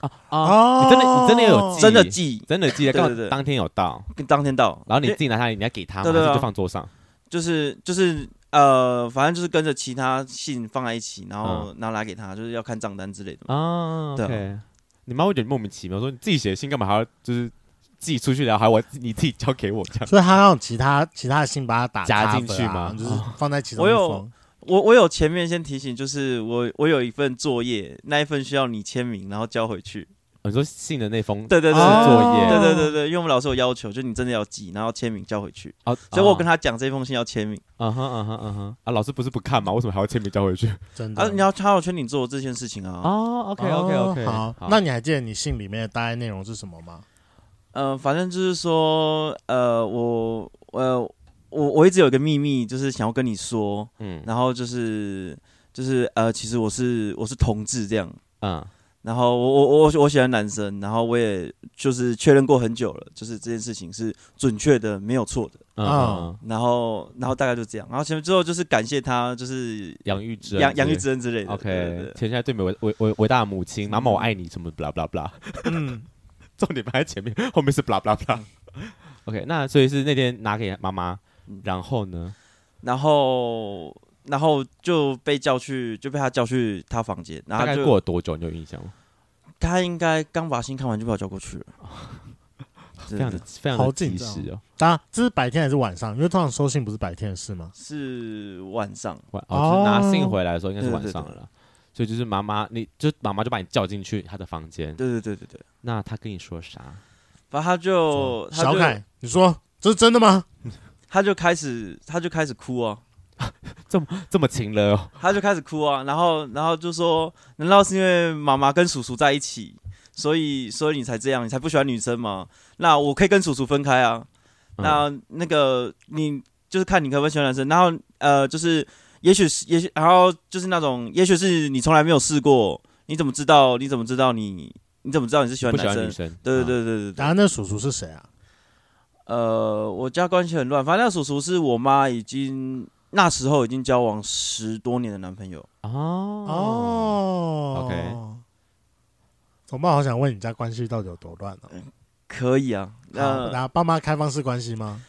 啊啊，你真的你真的有
哦
寄
哦真的寄，
真的记得，
对
刚
对
好
对
当天有到。
当天到，
然后你
因
自
为
己拿下来，你要给他吗？
对对
还是
啊
就放桌上？
就是就是呃，反正就是跟着其他信放在一起，然
嗯
后拿来给他，就是要看账单之类的嘛。
啊
对啊
，OK。你妈会觉得莫名其妙，说你自己写信干嘛还要就是寄出去然后还我你自己交给我 这样？
所以他让其他其他的信把它打
夹
cover
进去
啊
吗
就是
哦
放在其中
我
一
有
封。
我我有前面先提醒，就是我我有一份作业，那一份需要你签名，然后交回去。
哦你说信的那封
对对对
是作
哦
业，
对对对对，因为我们老师有要求，就你真的要寄，然后签名交回去。
哦，
所以我有跟
他，
他讲这封信要签名，
嗯哼嗯哼嗯哼，啊，老师不是不看吗？为什么还要签名交回去？
真的。
啊，你要他有劝你做这件事情啊。
嗯哦，OK OK OK，
好，那你还记得你信里面的大概内容是什么吗？
呃，反正就是说，呃，我呃我我一直有一个秘密，就是想要跟你说，
嗯
然后就是就是呃，其实我是我是同志这样。
嗯，
然后我我我我喜欢男生，然后我也就是确认过很久了，就是这件事情是准确的，没有错的。
嗯
啊
嗯，
然后然后大概就这样，然后前面之后就是感谢他，就是
养育之恩
养养育
之
之恩之类
啊
的。对对
OK，
对嗯
天下最美伟伟伟伟大的母亲，妈妈我爱你，什么 blah blah blah，
嗯，
重点摆在前面，后面是 blah blah blah。OK，那
嗯
所以是那天拿给妈妈，然后呢？
然后然后就被叫去，就被他叫去他房间，
大
然后
概
他
过
就
了多久你有印象吗？
他应该刚把新看完就把我叫 过去了。
非
真
常
的
的非常
好
的
紧
及
张
时哦，
当然这是白天还是晚上？因为通常收信不是白天的事吗？
是晚上，
晚哦，就是拿信
哦
回来的时候应该是
对
晚
对
上了
对
啦。所以就是妈妈，你就妈妈就把你叫进去她的房间，
对对对对对，
那她跟你说啥？
反正他就哦他
小
就
凯，你说这是真的吗？
他就开始他就开始哭啊，
这么勤了 哦，
他就开始哭啊，然后然后就说，难道是因为妈妈跟叔叔在一起，所以所以你才这样，你才不喜欢女生吗？那我可以跟叔叔分开啊，
嗯
那那个你就是看你可不可以喜欢男生，然后呃，就是也许是也许，然后就是那种，也许是你从来没有试过，你怎么知道？你怎么知道你你怎么知道你是喜欢
不喜
男
欢女
生？
生？
对对
啊，
对对对对。
然后那叔叔是谁啊？
呃，我家关系很乱，反正那叔叔是我妈已经那时候已经交往十多年的男朋友。
啊哦
哦
OK
总爸好想问你家关系到底有多乱
嗯
哦。
可以啊，
好
那
然后爸妈开放式关系吗？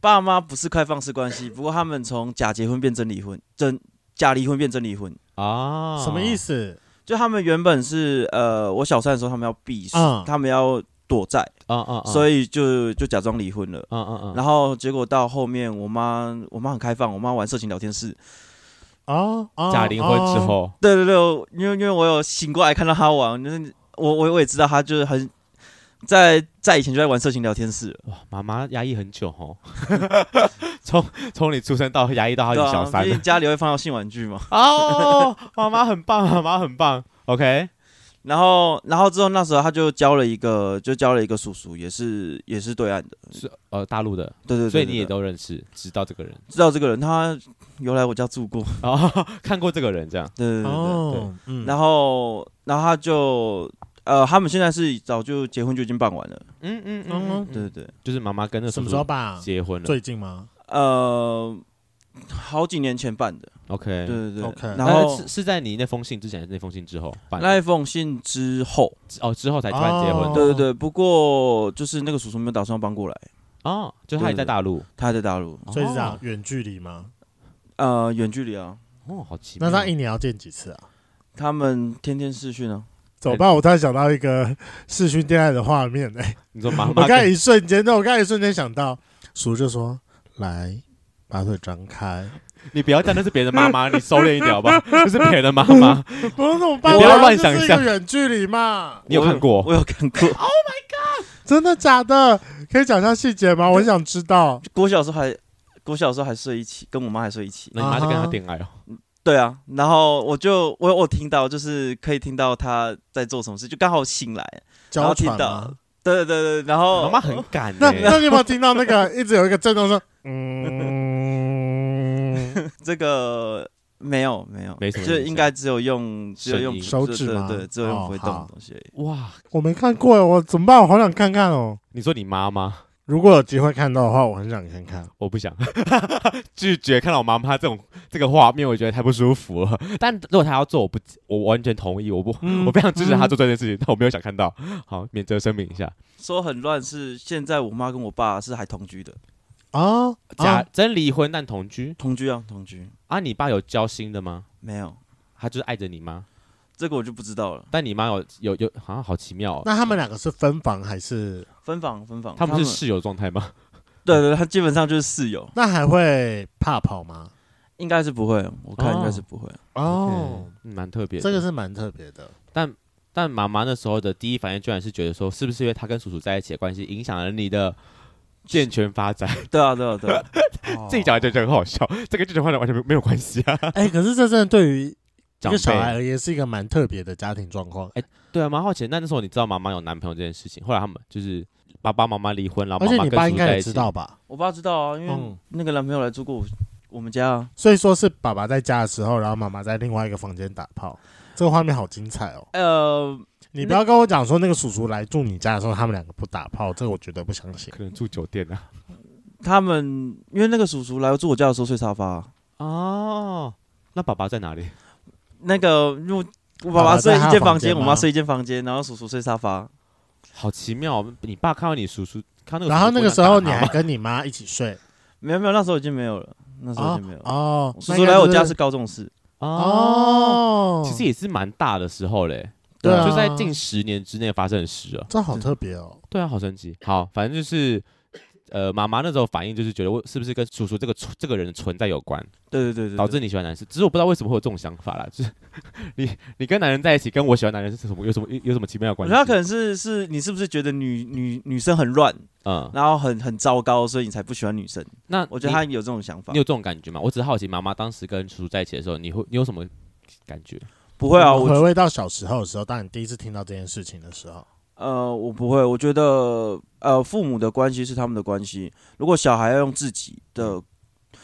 爸妈不是开放式 关系，不过他们从假结婚变真离婚，真假离婚变真离婚。
啊，
什么意
思？
思？
就他们原本是呃，我小三的时候他们要避暑，
嗯
他们要躲债，
啊啊，啊
所以就就假装离婚了。
嗯嗯嗯，
然后结果到后面，我妈我妈很开放，我妈玩色情聊天室。
哦，哦
假离婚之，
哦
后，
对对对，我因为因为我有醒过来看到她玩，就是我我我也知道她就是很在在以前就在玩色情聊天室了，
哇，妈妈压抑很久哦， 从从你出生到压抑到她
对
有小
啊，
三
毕竟家里会放到性玩具嘛。
哦，妈妈很棒，妈妈很棒，OK，
然后，然后之后那时候他就交了一个，就交了一个叔叔，也是也是对岸的，
是呃大陆的，
对对对
所以
对
你也
对
都认识，知道这个人，
知道这个人，他有来我家住过，
哦，看过这个人这样，
对对对对
哦，嗯，
然
后
后，然后他就呃，他们现在是早就结婚就已经办完了，
嗯嗯
嗯嗯
对对对，
就是妈妈跟那个
什
叔
么时候
叔
办啊？
结婚了
最近吗？
呃，好几年前办的，
哎，OK，
对对对
OK
然
那
后
是是在你那封信之前，还是那封信之后办的？
那一封信之后，
哦，之后才突然结婚
哦
的
对对对，不过就是那个叔叔没有打算搬过来，
哦，就他也在大陆，
他还在大陆，
所以是这
哦，
样啊远距离吗？
呃，远距离啊，
哦，好奇妙
那。他一年要见几次啊？
他们天天视讯啊。
怎么办？我突然想到一个视讯恋爱的画面呢、
你说妈妈
我
跟，
刚才一瞬间，那我刚才一瞬间想到，叔就说：“来，把腿张开。
你不要这样，那是别人的妈 妈，你收敛一点好不好？那是别人的妈妈，”
我说：“怎么 办？
你不要乱
我
想
就是一
象
个远距离嘛，
你有看过？
我有看过。
真的假的？可以讲一下细节吗？我很想知道。
国小的时候还，国小的时候还睡一起，跟我妈还睡一起。
那你妈就跟他恋爱哦。
对啊，然后我就我我听到，就是可以听到她在做什么事，就刚好醒来。然
娇
后听
喘
到
吗？，
对对对对，然
哦
后
妈妈很敢
哦那
欸
那你有没有听到那个一直有一个震动声？嗯，
这个没有没有，
没什么
就
印象
应该只有用只有
声音
用
手指
对
吗
对，对只有
哦
用不会动
好
的东西而已。
哇！
我没看过耶，我怎么办？我好想看看哦。
你说你妈妈，
如果有机会看到的话，我很想看看。
我不想 拒绝看到我妈妈这种这个画面，我觉得太不舒服了。但如果她要做，我不，我完全同意，我不，
嗯
我非常支持她做这件事情，但我没有想看到。好，免责声明一下，
说很乱是现在我妈跟我爸是还同居的，
啊，
假
啊
真离婚但同居
同居啊同居，
啊？你爸有交心的吗？
没有
他就是爱着你妈，
这个我就不知道了。
但你妈有有有，好像好奇妙哦。
那他们两个是分房还是？
分房分房，
他们是室友状态吗？
对对，对他基本上就是室友，
那还会怕跑吗？
应该是不会，我看应
哦
该是不会。
哦，
嗯，蛮特别的。
这个是蛮特别的。
但妈妈那时候的第一反应居然是觉得说，是不是因为她跟叔叔在一起的关系，影响了你的健全发展？
哦
对啊，对啊，对啊，
这一讲就觉得很好笑，这个健全发展完全没没有关系啊。
哎、可是这真的对于一
长
个小孩
辈，
而言是一个蛮特别的家庭状况，
对啊，蛮好奇。那那时候你知道妈妈有男朋友这件事情，后来他们就是爸爸妈妈离婚，然后
而
妈
且
妈
你
跟
爸
叔
应
叔
该
在
也
一
知
起。
道吧？
我爸知道啊，因为
嗯
那个男朋友来住过我我们家啊。
所以说是爸爸在家的时候，然后妈妈在另外一个房间打炮，这个画面好精彩哦。
呃，
你不要跟我讲说那个叔叔来住你家的时候，他们两个不打炮，这我绝对不相信。
可能住酒店啊。
他们因为那个叔叔来住我家的时候睡沙发、
哦，那爸爸在哪里？
那个因为我
爸
爸
爸
爸睡
在他
一间
房
房间，
间
我
吗
妈睡一间房间，然后叔叔睡沙发。
好奇妙哦，你爸看到你叔叔，看到那个叔叔
然后那个时候你
不会打
还
他吗
跟你妈一起睡
没有没有，那时候已经没有了，那时候已
啊
经没有了。
哦，
叔
那
叔
应该
来我
就
家是高中时，
哦，
哦，
其实也是蛮大的时候嘞，
对啊
就在近十年之内发生的事啊。
这好特别哦，
对啊，好神奇。好，反正就是，呃，妈妈那时候反应就是觉得我是不是跟叔叔这个存这个人的存在有关，
对对对对，
导致你喜欢男生。只是我不知道为什么会有这种想法啦，就是 你你跟男人在一起，跟我喜欢男人是什么有什么有什么奇妙的
我
关
觉
系？
得他可能是是你是不是觉得女女女生很乱，
嗯，
然后很很糟糕，所以你才不喜欢女生？
那
我觉得
你
他有这种想法
你。有这种感觉吗？我只是好奇，妈妈当时跟叔叔在一起的时候，你会你有什么感觉？
不会啊，
我
我
回味到小时候的时候，当你第一次听到这件事情的时候，
呃，我不会，我觉得呃，父母的关系是他们的关系。如果小孩要用自己的，
嗯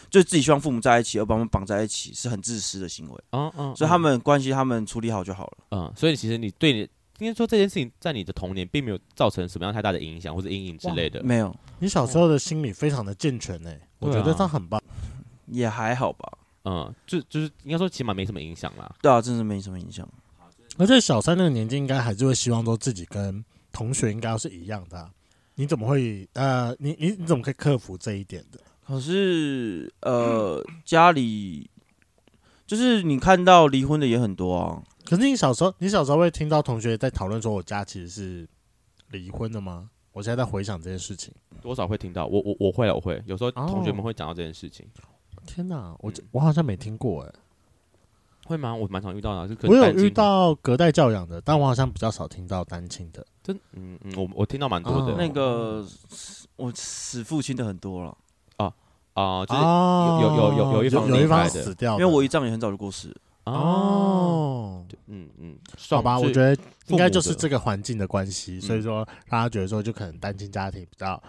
就自己希望父母在一起，而把他们绑在一起，是很自私的行为。
嗯嗯，
所以他
嗯
们关系，他们处理好就好了。
嗯，所以其实你对你应该说这件事情在你的童年并没有造成什么样太大的影响或者阴影之类的。
没有，
你小时候的心理非常的健全呢、我觉
对
得
啊
这很棒。
也还好吧。
嗯，就就是应该说起码没什么影响啦。
对啊，真是没什么影响。
而且小三那个年纪，应该还是会希望说自己跟同学应该要是一样的啊、你怎么会呃，你你你怎么可以克服这一点的？
可是呃，
嗯
家里就是你看到离婚的也很多啊。
可是你小时候，你小时候会听到同学在讨论说我家其实是离婚的吗？我现在在回想这件事情，
多少会听到，我我我会了，我会。有时候
哦
同学们会讲到这件事情，
天哪，我这
嗯
我好像没听过哎、
会吗？我蛮常遇到的啊，就可
我
能
有
单亲
遇到隔代教养的，但我好像比较少听到单亲的。
真嗯嗯，我我听到蛮多
哦
的。
那个我死父亲的很多了，
啊，就是
哦
有有有有一方
有有一
离
方
开的
死掉
因
的，
为我姨丈也很早就过世了。
哦，
哦，
嗯嗯，
好吧，我觉得应该就是这
个
个环境的关系，所以
嗯
说让他觉得说，就可能单亲家庭比较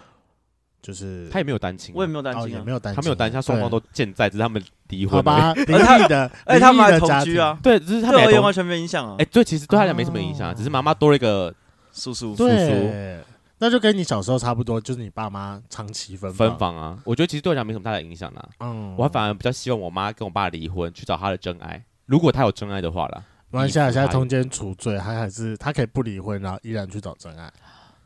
就是
他也没有单亲啊，
我也没有担
哦
心
也
啊
没。有单亲
他
啊，
没有单亲，他双方
对
都健在，只是他们离
好
婚而已。
吧，离异的，
哎，
离
他
异
们还
的
同
家
居
庭
啊，，
对，只是他们
对我
也
而言
都
完全没影响啊。
哎，对，其实对他俩没什么影响啊，
哦
只是妈妈多了一个
叔叔，
对，那就跟你小时候差不多，就是你爸妈长期分
分，房啊。我觉得其实对我来讲没什么太大的影响啦。
嗯，
我反而比较希望我妈跟我爸离婚，去找她的真爱。如果她有真爱的话啦，
没关系啊，
衣服
现在
还
通奸除罪，他还是他可以不离婚，然后依然去找真爱，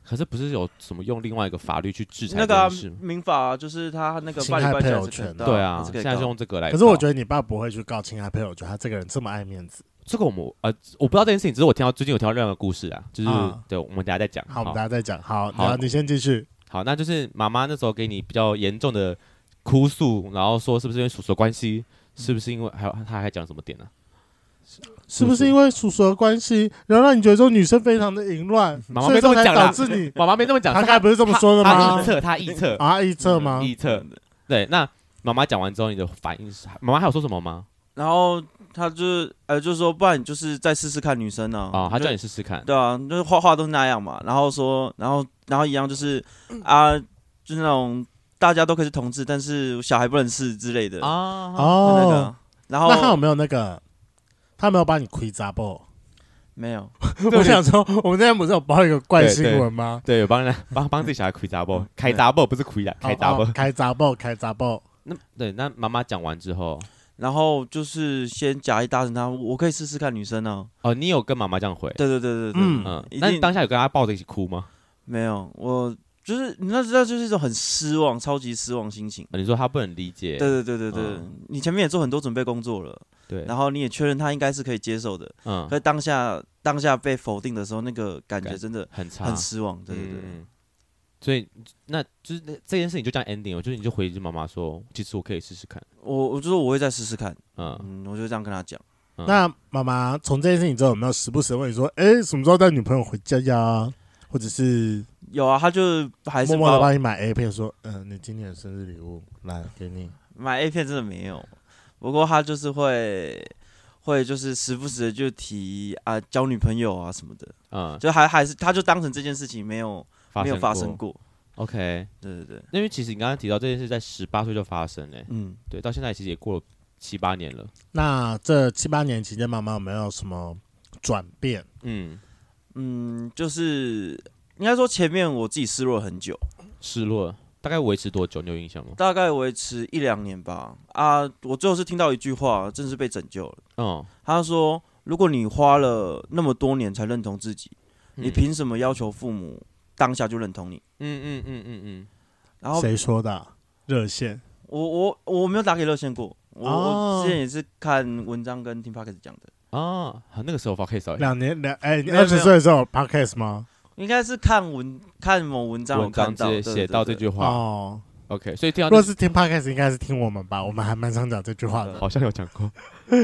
可是不是有什么用另外一个法律去制裁
那
这
个啊
件事吗？
民法啊就是他那个
侵
巴黎
害
拜
配
讲
偶
是可以
权
的
对啊，
是可以
现在
告
是用这个来告。
可是我觉得你爸不会去告侵害配偶权，他这个人这么爱面子。
这个我们呃，我不知道这件事情，只是我听到最近有听到另外一个故事啊，就是、
啊
对，我们等一下再讲。
好，我们
好
大家再讲。好，
好
然后你先继续。
好，那就是妈妈那时候给你比较严重的哭诉，然后说是不是因为叔叔的关系，是不是因为还有她还讲什么点呢、
是不是因为叔叔的关系，然后让你觉得说女生非常的淫乱，
嗯妈妈
所以
没这
这
么
才
讲啦
导致你？
妈妈没那么 讲，
他
她
刚才不是这么说的
她
吗
臆？测，她臆测，嗯
啊，臆测吗？
臆测。对，那妈妈讲完之后，你的反应是？妈妈还有说什么吗？
然后他就是呃，就是说，不然你就是再试试看女生呢、
啊、她
就
叫你试试看。
哦对啊，就是画画都是那样嘛。然后说，然后然后一样就是
嗯
啊，就是那种大家都可以是同志，但是小孩不能是之类的啊。
啊，
就那
哦，
个啊，然
那他有
后
没有那个？他有没有把你亏砸爆？
没有，
我想说，我们那天不是有报一个怪新闻吗？
对，有帮人帮帮自己小孩开闸
嗯
包，开闸包不是亏啦，开闸包
哦哦。开砸爆，开砸爆。
那 对，那妈妈讲完之后，
然后就是先假一搭成他，我可以试试看女生呢、
哦，你有跟妈妈这样回？
对对对对对，
嗯
嗯，
一
那你
定
当下有跟她抱着一起哭吗？
没有，我就是你那知道，就是一种很失望、超级失望心情。
呃你说她不能理解，
对对对对对，
嗯
你前面也做很多准备工作了，
对，
然后你也确认他应该是可以接受的，
嗯
可，是当下当下被否定的时候，那个感觉
感
真的
很差，
很失望。对对
嗯
对，
嗯所以那就是那这件事情就这样 ending 了，就是你就回去妈妈说，其实我可以试试看，
我我就说我会再试试看，
嗯，
嗯，我就这样跟他讲。
嗯
那妈妈从这件事情之后，有没有时不时地问你说：“哎，什么时候带女朋友回家呀？”或者是
有啊，他就还是
默默的
把我
帮你买 A 片，说：“嗯，你今年的生日礼物来给你。
买 A 片真的没有，不过他就是会会就是时不时的就提啊交女朋友啊什么的，
嗯，
就还还是他就当成这件事情没有没有发生
过
过。
，OK，
对对对，
因为其实你刚刚提到这件事在十八岁就发生嘞，
嗯，
对，到现在其实也过了七八年了，”
那这七八年期间，妈妈有没有什么转变？
嗯，
嗯，就是应该说前面我自己失落了很久，
失落了大概维持多久？你有印象吗？
大概维持一两年吧。啊，我最后是听到一句话，真是被拯救了。
嗯，
他说：“如果你花了那么多年才认同自己，你
嗯
凭什么要求父母当下就认同你
嗯嗯嗯嗯嗯，？”
然后
谁说的啊？热线
我我我没有打给热线过，我、
哦
我之前也是看文章跟听 p o c k e t 讲的，
啊，好那个时候 f o c u s
两年两哎，你
没有
二十岁的时候有 podcast 吗？
应该是看文看某文章我
文章
看
直
到
接写
对对
到这
对
句话
哦，
，OK，所以听
如
到
果是听 podcast，应该是听我们吧，我们还蛮常讲这句话的。
好像有讲过，所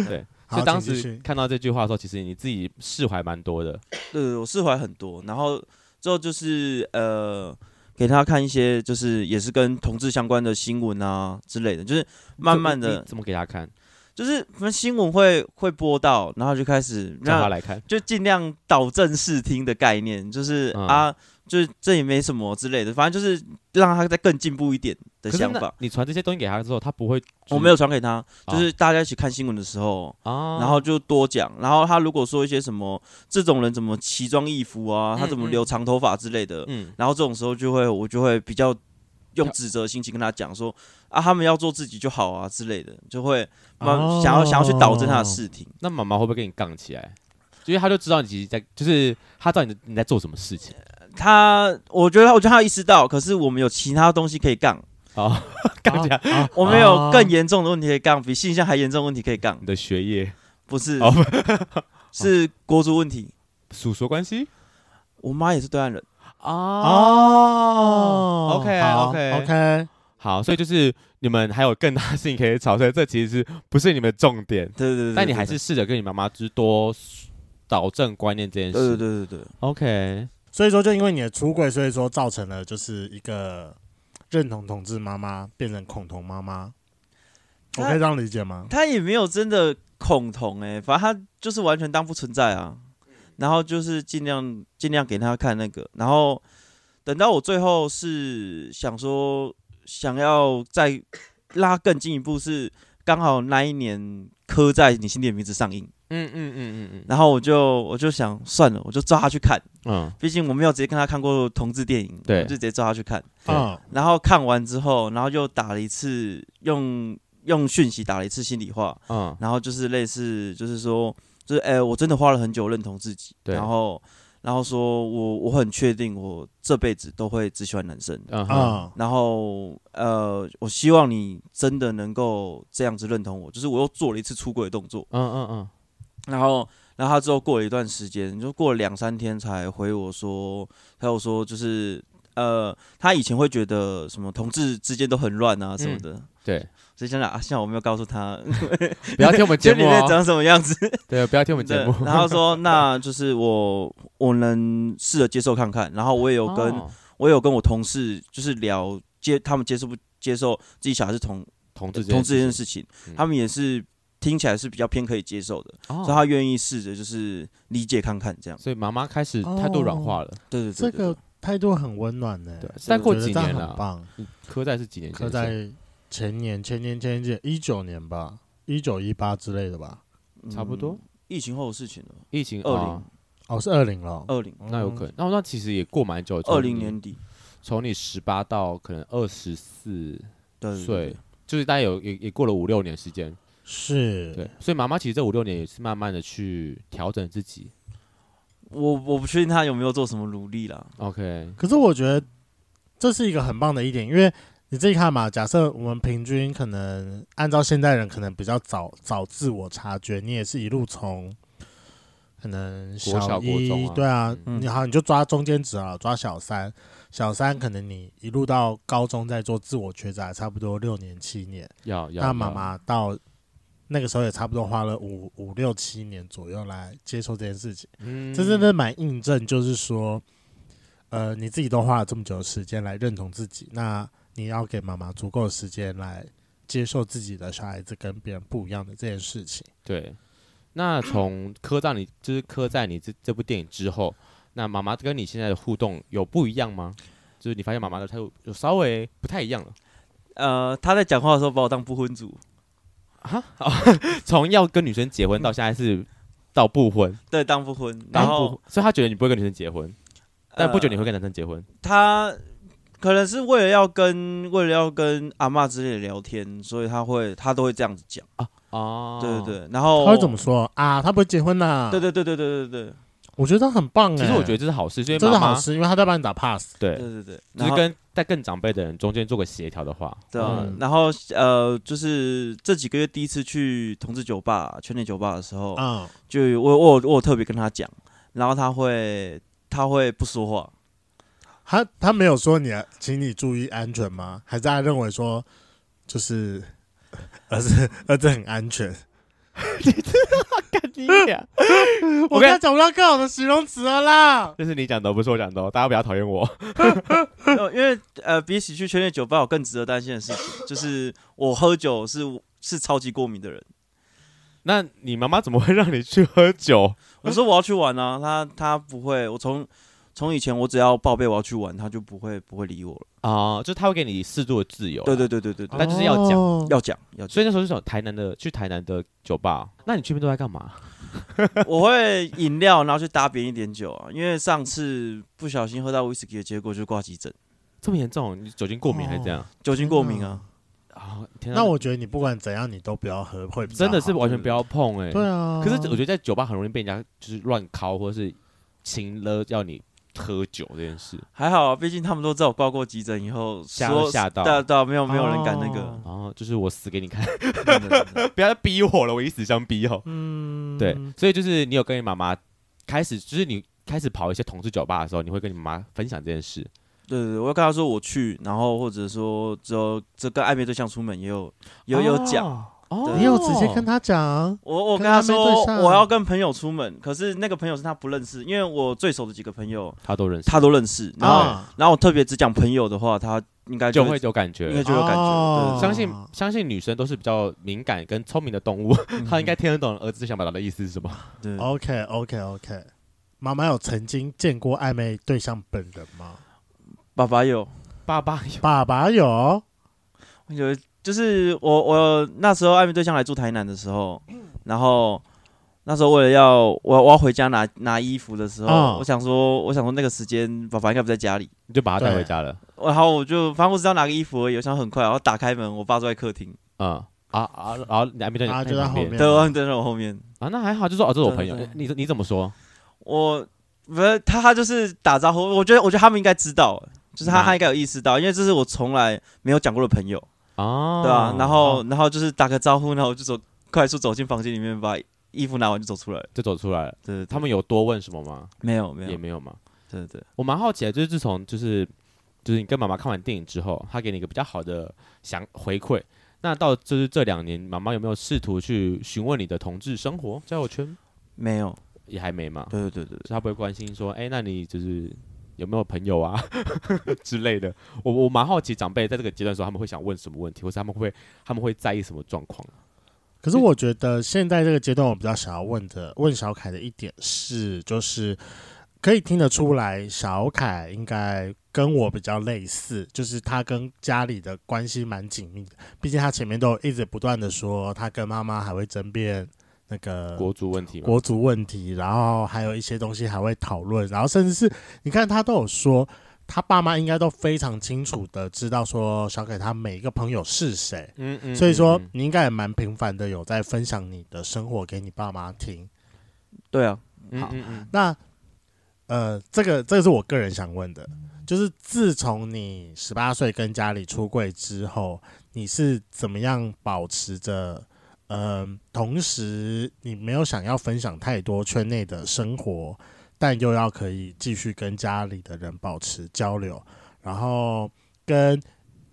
好，
以当
请
时
继续
看到这句话的时候，其实你自己释怀蛮多的，
对对，我释怀很多。然后之后就是呃，给他看一些就是也是跟同志相关的新闻啊之类的，就是慢慢
你
的，
怎么给他看，
就是反正新闻会会播到，然后就开始
叫他
让
来看，
就尽量导正视听的概念，就是、
嗯
啊，就是这也没什么之类的，反正就是让他再更进步一点的
可是
想
那
法。
你传这些东西给他之后，他不会，
我没有传给他，
啊
就是大家一起看新闻的时候，
啊，
然后就多讲。然后他如果说一些什么这种人怎么奇装异服啊，他怎么
嗯嗯
留长头发之类的，
嗯，
然后这种时候就会我就会比较用指责的心情跟他讲说啊，他们要做自己就好啊之类的，就会慢
哦
想要想要去导正他的视听。
那妈妈会不会跟你杠起来？因为他就知道你其实在，就是他知道你你在做什么事 情
他我觉得他我觉得他有意识到，可是我们有其他东西可以杠，
啊，杠起来
啊
我们
哦
有
啊
更严重的问题可以杠，比性向还严重的问题可以杠
你，的学业、
不是
哦
是国族问题。
叔叔关系
我妈也是对岸人，
啊。
哦
OK，
好
OK
OK，
好，所以就是你们还有更大的事情可以吵，所以这其实是不是你们的重点？
对对对对，
但你
对
还是试着跟你妈妈就是多导正观念这件
对
事。
对嗯对对对，
OK，
所以说就因为你的出柜，所以说造成了就是一个认同同志妈妈变成恐同妈妈，我
他
可以这样理解吗？
他也没有真的恐同哎、反正他就是完全当不存在啊。然后就是尽量尽量给他看那个，然后等到我最后是想说想要再拉更进一步，是刚好那一年刻在你心底的名字上映，
嗯嗯嗯嗯嗯
然后我就我就想算了，我就抓他去看，
嗯，
毕竟我没有直接跟他看过同志电影，
对
嗯我就直接抓他去看。
对
嗯，
然后看完之后，然后又打了一次用用讯息打了一次心里话，
嗯
然后就是类似，就是说，就是哎、我真的花了很久认同自己，
对
然后然后说我我很确定我这辈子都会只喜欢男生，
嗯嗯
嗯，
然后呃，我希望你真的能够这样子认同我，就是我又做了一次出轨的动作，
嗯嗯
然后然后他之后过了一段时间，就过了两三天才回我说，还有说就是。呃，他以前会觉得什么同志之间都很乱啊什么的，
对，
所以现在啊，现在我没有告诉他，
不要听我们节
就你
目
在
哦，
长什么样子，
对，不要听我们节
对，
目。
然后说，那就是我我能试着接受看看，然后我也有跟、
哦
我也有跟我同事就是聊接他们接受不接受自己小孩是同
同志
同志这件
情，
事情，
嗯
他们也是听起来是比较偏可以接受的，
哦
所以他愿意试着就是理解看看这样。
所以妈妈开始
哦
态度软化了。
对对
这
对对
个态度很温暖呢、
对
我，
但过
觉得
几
这样
年
很
了，
棒。
科在是几年前
可
的事？
在前年、前年、前年、一九年吧，一九一八之类的吧。
嗯
差不多
疫情后的事情了，
疫情
二
哦
零
哦，是二零了。
二零
那有可
嗯
能，那那其实也过蛮久，从
二零
你
年底，
从你十八到可能二十四
对对对
岁，就是大概有也也过了五六年时间，
是，
对，所以妈妈其实这五六年也是慢慢的去调整自己。
我我不确定他有没有做什么努力啦。
OK，
可是我觉得这是一个很棒的一点，因为你自己看嘛，假设我们平均可能按照现代人可能比较早早自我察觉，你也是一路从可能
国小国
一，
中啊
对啊，
嗯
你好你就抓中间值啊，抓小三，小三可能你一路到高中在做自我觉察，差不多六年七年，
要要
那妈
要
妈到。那个时候也差不多花了五五六七年左右来接受这件事情。
嗯
这真的蛮印证，就是说，呃，你自己都花了这么久的时间来认同自己，那你要给妈妈足够的时间来接受自己的小孩子跟别人不一样的这件事情。
对。那从刻在你就是刻在你这这部电影之后，那妈妈跟你现在的互动有不一样吗？就是你发现妈妈的态度有稍微不太一样了，
呃，他在讲话的时候把我当不婚族，
从要跟女生结婚到现在是到不婚，
对，当不婚，
当
然
不
后呃
婚，所以他觉得你不会跟女生结婚，但不久你
会
会跟男生结婚。
他可能是为了要跟为了要跟阿嬷之类的聊天，所以他会他都会这样子讲，
哦
对对对，然后
他会怎么说啊？他不会结婚呐、
对对对对对对对
我觉得他很棒哎、
其实我觉得这是好事，因为
真
妈
的好
妈
事，因为他在帮你打 pass。
对，
对对对，
只
然
是
后
跟在更长辈的人中间做个协调的话，
对啊
嗯，
然后呃，就是这几个月第一次去同志酒吧、圈内酒吧的时候，
啊哦
嗯，
就有我我有我有特别跟他讲，然后他会他会不说 话，
他他没有说你，请你注意安全吗？还是他认为说就是呃儿子儿子很安全？
干你俩！
我
跟
刚才找不到更好的形容词了啦。
这是你讲的，不是我讲的哦，大家不要讨厌我。
呃因为呃，比起去圈内酒吧，有更值得担心的事情，就是我喝酒是是超级过敏的人。
那你妈妈怎么会让你去喝酒？
我说我要去玩啊，他他不会，我从从以前我只要报备我要去玩，他就不会不会理我了。
啊、就她会给你适度的自由。
对对，对对对对，
但就是要讲
哦
要讲要讲，
所以那时候就是有台南的，去台南的酒吧。那你去那边都在干嘛？
我会饮料然后去搭别人一点酒啊，因为上次不小心喝到威士忌的结果就是挂急诊，
这么严重？你酒精过敏还是这样？
酒精过敏啊。
啊、天啊！
那我觉得你不管怎样，你都不要喝，会比较
真的是
好
完全不要碰哎、
对啊。
可是我觉得在酒吧很容易被人家就是乱敲，或者是情了要你喝酒这件事。
还好啊，毕竟他们都知道我挂过急诊以后，
吓
说
吓到
对啊对啊，没有没有人敢那
哦
个。
然后就是我死给你看，
真的真的
不要再逼我了，我以死相逼哦。
嗯
对，所以就是你有跟你妈妈开始，就是你开始跑一些同事酒吧的时候，你会跟你妈妈分享这件事。
对对，对我要跟他说我去，然后或者说之后这跟暧昧对象出门也有有有讲，
哦，
你有直接跟他讲，
我我
跟
跟他
暧昧对
说
象
我要跟朋友出门，可是那个朋友是他不认识，因为我最熟的几个朋友
他都认识，
他都认识，然后、
啊
然后我特别只讲朋友的话，他应该
就
会
会有感
应该
觉。
就有感
哦
觉，对
相信相信女生都是比较敏感跟聪明的动物，
对对
她应该听哦得懂儿子想表达的意思是什么。
对。
OK OK OK，妈妈有曾经见过暧昧对象本人吗？
爸爸有
爸爸有
爸爸有，
有，就是我我那时候暧昧对象来住台南的时候，然后那时候为了要我我要回家拿拿衣服的时候，
啊
嗯
我想说我想说那个时间爸爸应该不在家里，
你就把他带回家了。
然后我就反正我只要拿个衣服而已，我想很快，然后打开门，我爸坐在客厅，
嗯啊啊，然后你还没对，
啊
你
就在
旁边
后面
对，我跟在我后面，
啊，那还好，就说哦，这是我朋友
对对。
你你怎么说？
我不是他他就是打招呼，我觉得我觉得他们应该知道，就是他
哪
他应该有意识到，因为这是我从来没有讲过的朋友，
哦，
对吧、然后然后就是打个招呼，然后我就走快速走进房间里面，把衣服拿完就走出来了，
就走出来了。
对对对，
他们有多问什么吗？
没有没有
也，没有嘛。
对对
我蛮好奇的，就是自从就是就是你跟妈妈看完电影之后，她给你一个比较好的想回馈。那到就是这两年，妈妈有没有试图去询问你的同志生活、交友圈？
没有，
也还没嘛，
对对对对，
就她不会关心说，哎、那你就是有没有朋友啊 之类的。我我蛮好奇，长辈在这个阶段的时候，他们会想问什么问题，或是他们会他们会在意什么状况？啊
嗯可是我觉得现在这个阶段，我比较想要问的，问小凯的一点是，就是可以听得出来，小凯应该跟我比较类似，就是他跟家里的关系蛮紧密的。毕竟他前面都有一直不断的说，他跟妈妈还会争辩那个
国足问题吗？
国族问题，然后还有一些东西还会讨论，然后甚至是你看他都有说，他爸妈应该都非常清楚的知道说小凯他每一个朋友是谁，
嗯嗯
所以说
嗯嗯
你应该也蛮频繁的有在分享你的生活给你爸妈听。
对啊，
嗯
好
嗯嗯
那呃，这个这个是我个人想问的，就是自从你十八岁跟家里出柜之后，你是怎么样保持着？呃，同时你没有想要分享太多圈内的生活，但又要可以继续跟家里的人保持交流，然后跟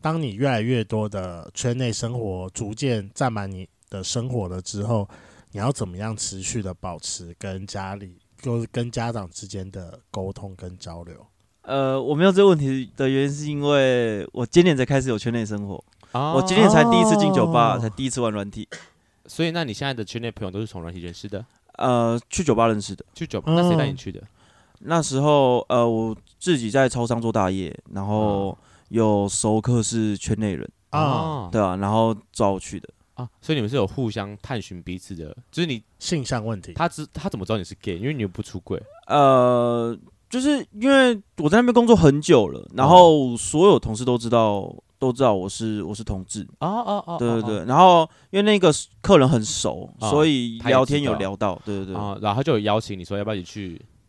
当你越来越多的圈内生活逐渐占满你的生活了之后，你要怎么样持续的保持跟家里，就是跟家长之间的沟通跟交流？
呃，我没有这个问题的原因是因为我今年才开始有圈内生活，
啊
我今年才第一次进酒吧，
哦
才第一次玩软体，
所以那你现在的圈内朋友都是从软体认识的？
呃，去酒吧认识的。
去酒吧？那谁带你
嗯
去的？
那时候呃，我自己在超商做大业，然
嗯
后有熟客是圈内人，
啊
哦
对啊，然后找我去的。
啊，所以你们是有互相探寻彼此的，就是你
性向问题。
他知他怎么知道你是 gay？因为你又不出柜，
呃，就是因为我在那边工作很久了，然后所有同事都知道，都知道我是我是同志，
哦哦哦
对对对。然后因为那个客人很熟，
哦
所以
他也
聊天
知道
有聊到，对对对，
啊，然后他就有邀请你说要不要一起去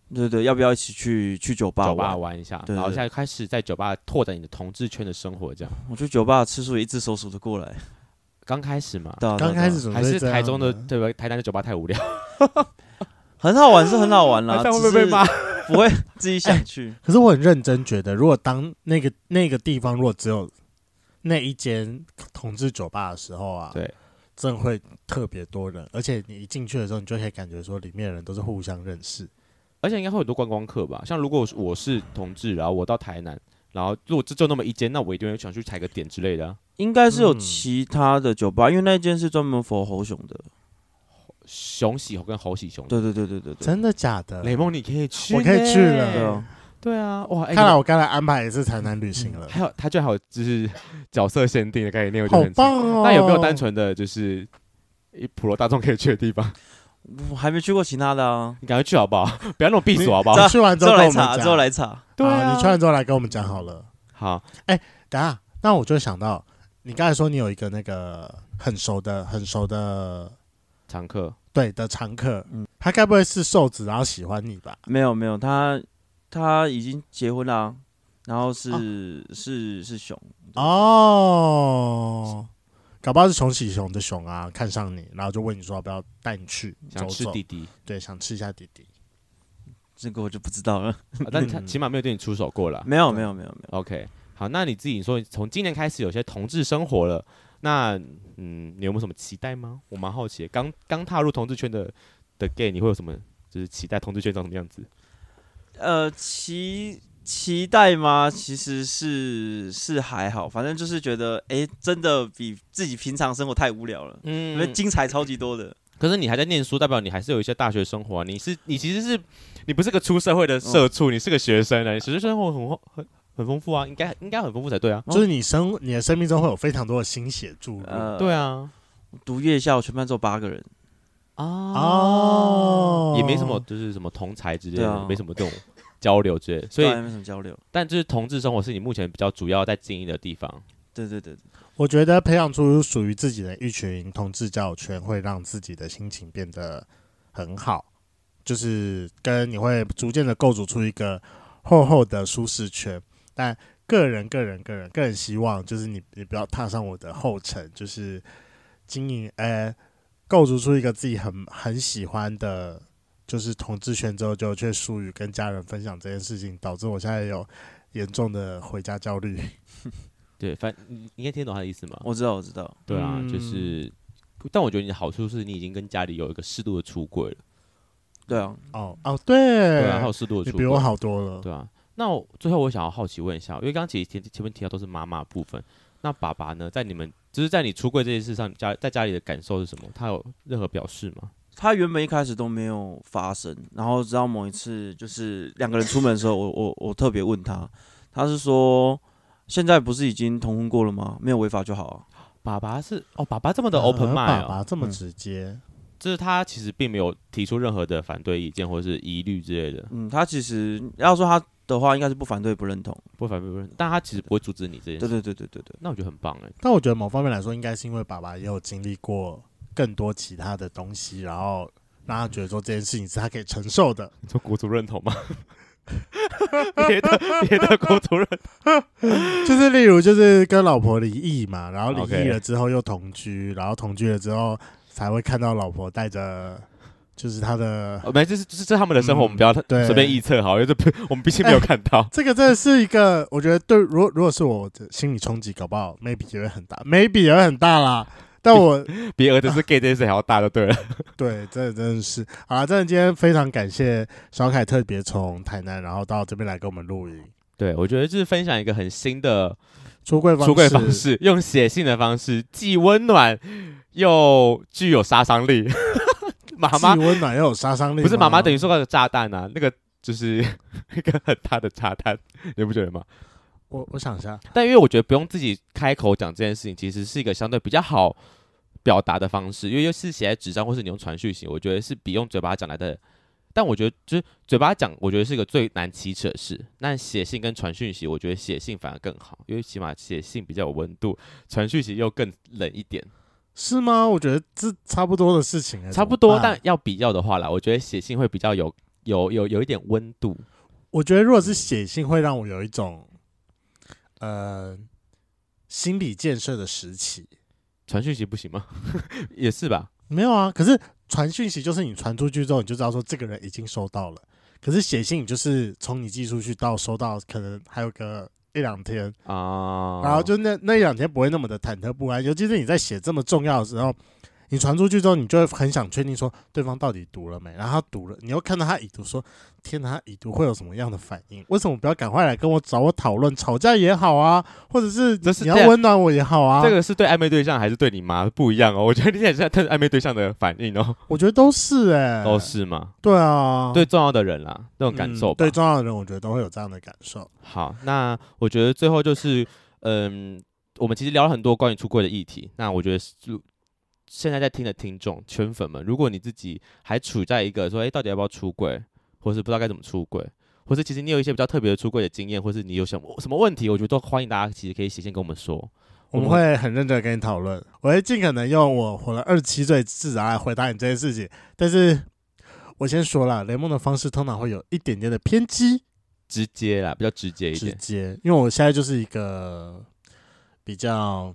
对对对，要不要一起去去酒吧
酒
玩？
吧玩一下，
对
然后
对
现在开始在酒吧拓展你的同志圈的生活，这样
我去酒吧的次数也一只手数得过来。
刚开始嘛，
对啊对啊
刚开
对啊
始怎么
还
会
是
这样
台中的
呢
对吧？台南的酒吧太无聊，
很好玩是很 好玩
这
啦，
样会
只
不会
是
被骂？
不会自己想去。
可是我很认真觉得，如果当那个那个地方如果只有那一间同志酒吧的时候啊，
对，
真的会特别多人，而且你一进去的时候，你就可以感觉说里面的人都是互相认识。
而且应该会有很多观光客吧？像如果我是同志，然后我到台南，然后如果这就那么一间，那我一定会想去踩个点之类的啊、
应该是有
嗯
其他的酒吧，因为那间是专门 for 猴熊的。
熊喜猴跟猴喜熊，
对对对对对对，
真的假的？
雷梦你可以去呢，
我可以去了
对啊，
对啊，哇，哎
看来我刚才安排也是台南旅行了，
还有他就还有就是角色限定的概念，我觉得
好
很强。
棒哦！
嗯那有没有单？纯的就是一普罗大众可以去的地方？
我还没去过其他的啊，
你赶快去好不好？不要那么闭锁好不好
这？
你去完之
之
后
后
跟
来
我们
查，
讲，
之后来查。
对啊，
好你去完之后来跟我们讲好了。
好，
等一下，那我就想到，你刚才说你有一个那个很熟的、很熟的
常客
对的常客，
嗯
他该不会是瘦子然后喜欢你吧？
没有没有，他他已经结婚啦，然后是、是是熊，
哦，搞不好是穷喜熊的熊啊，看上你，然后就问你说要不要带你去走
想吃
走
弟，弟，
对，想吃一下弟弟。
这个我就不知道了。
啊但 他
嗯
起码没有对你出手过了。
没有没有没有没有，
OK，好，那你自己说，从今年开始有些同志生活了，那嗯，你有没有什么期待吗？我蛮好奇的，刚刚踏入同志圈的的 gay，你会有什么就是期待同志圈长什么样子？
呃，期期待吗？其实是是还好，反正就是觉得，哎、真的比自己平常生活太无聊了，因为
嗯，
精彩超级多的。
可是你还在念书，代表你还是有一些大学生活、啊。你是你其实是你不是个出社会的社畜，你是个学生啊，你学生生活很很很丰富啊，应该应该很丰富才对啊。
就是你生你的生命中会有非常多的心血注入。
呃，
对啊，
读夜校全班只有八个人，
啊
哦
也没什么就是什么同才之类
对
的，
啊
没什么这种交流之类的，所以
对啊没什么交流。
但就是同志生活是你目前比较主要在经营的地方。
对对对，对
我觉得培养出属于自己的一群同志交友圈，会让自己的心情变得很好，就是跟你会逐渐的构筑出一个厚厚的舒适圈。但个人、个人、个人、个人希望就是你，你不要踏上我的后尘，就是经营呃，构筑出一个自己很很喜欢的，就是同志圈之后，就却疏于跟家人分享这件事情，导致我现在有严重的回家焦虑。
对，反你应该听懂他的意思吗？
我知道我知道，
对啊，
嗯
就是，但我觉得你的好处是你已经跟家里有一个适度的出轨了，
对啊，
哦哦，对，
对啊，还有适度的
你
出
比
轨，
我好多了。
对啊。那我最后我想要好奇问一下，因为刚刚其实前前面提到都是妈妈的部分，那爸爸呢，在你们就是在你出柜这件事上，家在家里的感受是什么？他有任何表示吗？
他原本一开始都没有发生，然后直到某一次，就是两个人出门的时候，我我我特别问他，他是说现在不是已经同婚过了吗？没有违法就好啊。
爸爸是哦，爸爸这么的 open
呃
mind
爸
哦，
爸这么
嗯
直接，
就是他其实并没有提出任何的反对意见或者是疑虑之类的，
嗯，他其实要说他的话，应该是不反对不认同。
不反不认，但他其实不会阻止你这件
对
事，
对对对对对，
那我觉得很棒哎。
但我觉得某方面来说，应该是因为爸爸也有经历过更多其他的东西，然后让他觉得说这件事情是他可以承受的。
你说国足认同吗？ 别的别的国足认
就是例如，就是跟老婆离异嘛，然后离异
OK
了之后又同居，然后同居了之后才会看到老婆带着，就是他的
哦同，没，这是这是他们的生活，
嗯
我们不要
对
随便臆测好，因为这不我们毕竟没有看 到。
这个真的是一个，我觉得对，如果如果是我的心理冲击，搞不好 maybe 也会很大，maybe 也会很大啦。但我
比儿子是 gay 这件事还要大，就对了。
对，真的真的是好啦，真的今天非常感谢小凯特别从台南，然后到这边来跟我们录音。
对，我觉得就是分享一个很新的
出柜方
出柜方式，用写信的方式，既温暖又具有杀伤力。 妈妈
既温暖又有杀伤力吗，
不是妈妈等于说个炸弹啊， 那个就是一个很大的炸弹， 你不觉得吗？
我我想一下，
但因为我觉得不用自己开口讲这件事情，其实是一个相对比较好表达的方式，因为又是写在纸上或是你用传讯息，我觉得是比用嘴巴讲来的。但我觉得就是嘴巴讲，我觉得是一个最难启齿的事。那写信跟传讯息，我觉得写信反而更好，因为起码写信比较有温度，传讯息又更冷一点。
是吗？我觉得这差不多的事情欸，
差不
怎么
多，
办
但要比较的话啦，我觉得写信会比较有有有有一点温度。
我觉得如果是写信，会让我有一种呃心理建设的时期。
传讯息不行吗？ 也是吧。
没有啊，可是传讯息就是你传出去之后，你就知道说这个人已经收到了。可是写信，你就是从你寄出去到收到，可能还有个一两天，
啊、
然后就那那一两天不会那么的忐忑不安。尤其是你在写这么重要的时候，你传出去之后，你就会很想确定说对方到底读了没。然后他读了，你又看到他已读说，天哪，他已读会有什么样的反应？为什么不要赶快来跟我找我讨论？吵架也好啊，或者是
这是
你要
这样
温暖我也好啊。
这个是对暧昧对象还是对你妈不一样哦？我觉得你也是在看暧昧对象的反应哦，
我觉得都是哎、
都是嘛，
对啊，
对重要的人啦，那种感
嗯
受吧。
对重要的人，我觉得都会有这样的感受。
好，那我觉得最后就是，嗯，我们其实聊了很多关于出柜的议题。那我觉得是现在在听的听众圈粉们，如果你自己还处在一个说，哎、到底要不要出柜，或是不知道该怎么出柜，或是其实你有一些比较特别的出柜的经验，或是你有什么什么问题，我觉得都欢迎大家其实可以写信跟我们说。
我们会很认真地跟你讨论，我会尽可能用我活了二十七岁自然来回答你这件事情。但是我先说了，雷梦的方式通常会有一点点的偏激、
直接啦，比较直接一
直
点。
接，因为我现在就是一个比较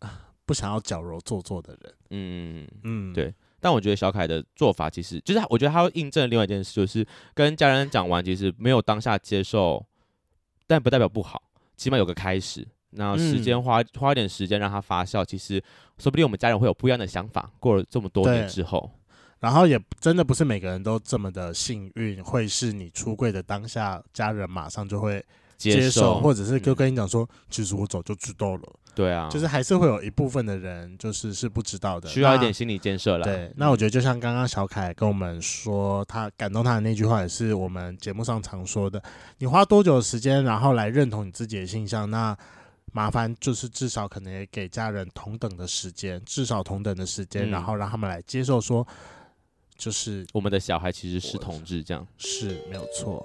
啊不想要矫揉做作的人。
嗯，
嗯，
对但我觉得小凯的做法其实就是他，我觉得他会印证另外一件事，就是跟家人讲完，其实没有当下接受，但不代表不好，起码有个开始。那时间
嗯
花、花一点时间让它发酵，其实说不定我们家人会有不一样的想法。过了这么多年
对
之后，
然后也真的不是每个人都这么的幸运，会是你出柜的当下，家人马上就会
接
或者是
嗯
就跟你讲说，其实我早就知道了。
对啊，
就是还是会有一部分的人就是是不知道的，
需要一
那
点心理建设啦。嗯
对，那我觉得就像刚刚小凯跟我们说，他感动他的那句话，也是我们节目上常说的：你花多久的时间，然后来认同你自己的性向？那麻烦就是至少可能也给家人同等的时间，至少同等的时间，
嗯
然后让他们来接受说，就是
我们的小孩其实是同志，这样
是没有错。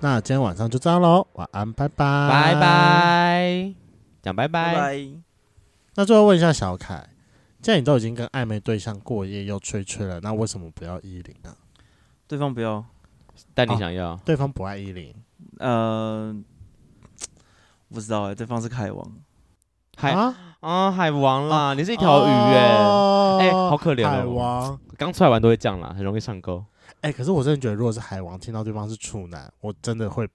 那今天晚上就这样喽，晚安，拜拜，
拜。拜，讲拜拜。
拜拜。
那最后问一下小凯，既然你都已经跟暧昧对象过夜又吹吹了，那为什么不要一零啊？
对方不要，
但你想要、
啊
对方不爱一零，
呃，不知道哎、对方是海王，
海啊、
啊，
海王
啊
啦，你是
一
一条鱼哎、哎、
哎
好可怜
海
哦。
王，
刚出来玩都会这样啦，很容易上钩。
哎、可是我真的觉得，如果是海王听到对方是处男，我真的会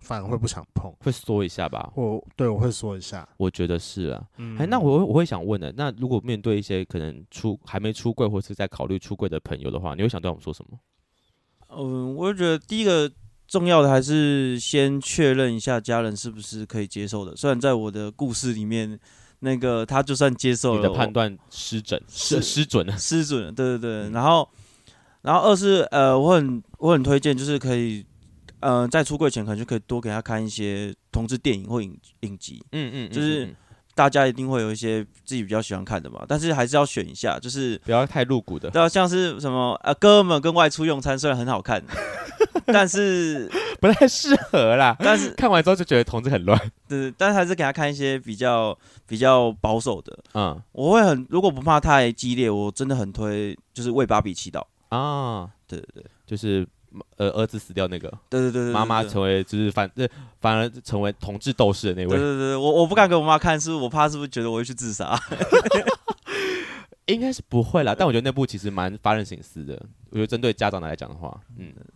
反而会不想碰。
会缩一下吧，
我对我会说一下，
我觉得是啊。
嗯，
哎、那我会我会想问的，那如果面对一些可能出还没出柜或是在考虑出柜的朋友的话，你会想对我们说什么？
嗯，我就觉得第一个重要的还是先确认一下家人是不是可以接受的。虽然在我的故事里面，那个他就算接受
你
了，
的判断嗯失准，失
是
失准啊
我失准了，对对对。然后，然后二是呃，我很我很推荐，就是可以，呃，在出柜前可能就可以多给他看一些同志电影或影影集，
嗯嗯，
就是
嗯嗯
大家一定会有一些自己比较喜欢看的嘛。但是还是要选一下，就是
不要太露骨的，
对啊，像是什么呃，哥们跟外出用餐虽然很好 看，但是
不太适合啦。
但是
看完之后就觉得同志很乱，
对，但是还是给他看一些比较比较保守的。
嗯
我会很，如果不怕太激烈，我真的很推，就是为芭比祈祷。
啊，
对对对
就是呃儿子死掉那个，
对对对对，
妈妈
对对
成为就是反呃反而成为同志斗士的那
对
位，
对对，我我不敢给我妈看，是我怕是不是觉得我会去自杀？
应该是不会啦。但我觉得那部其实蛮发人省思的。我觉得针对家长来讲的话，嗯，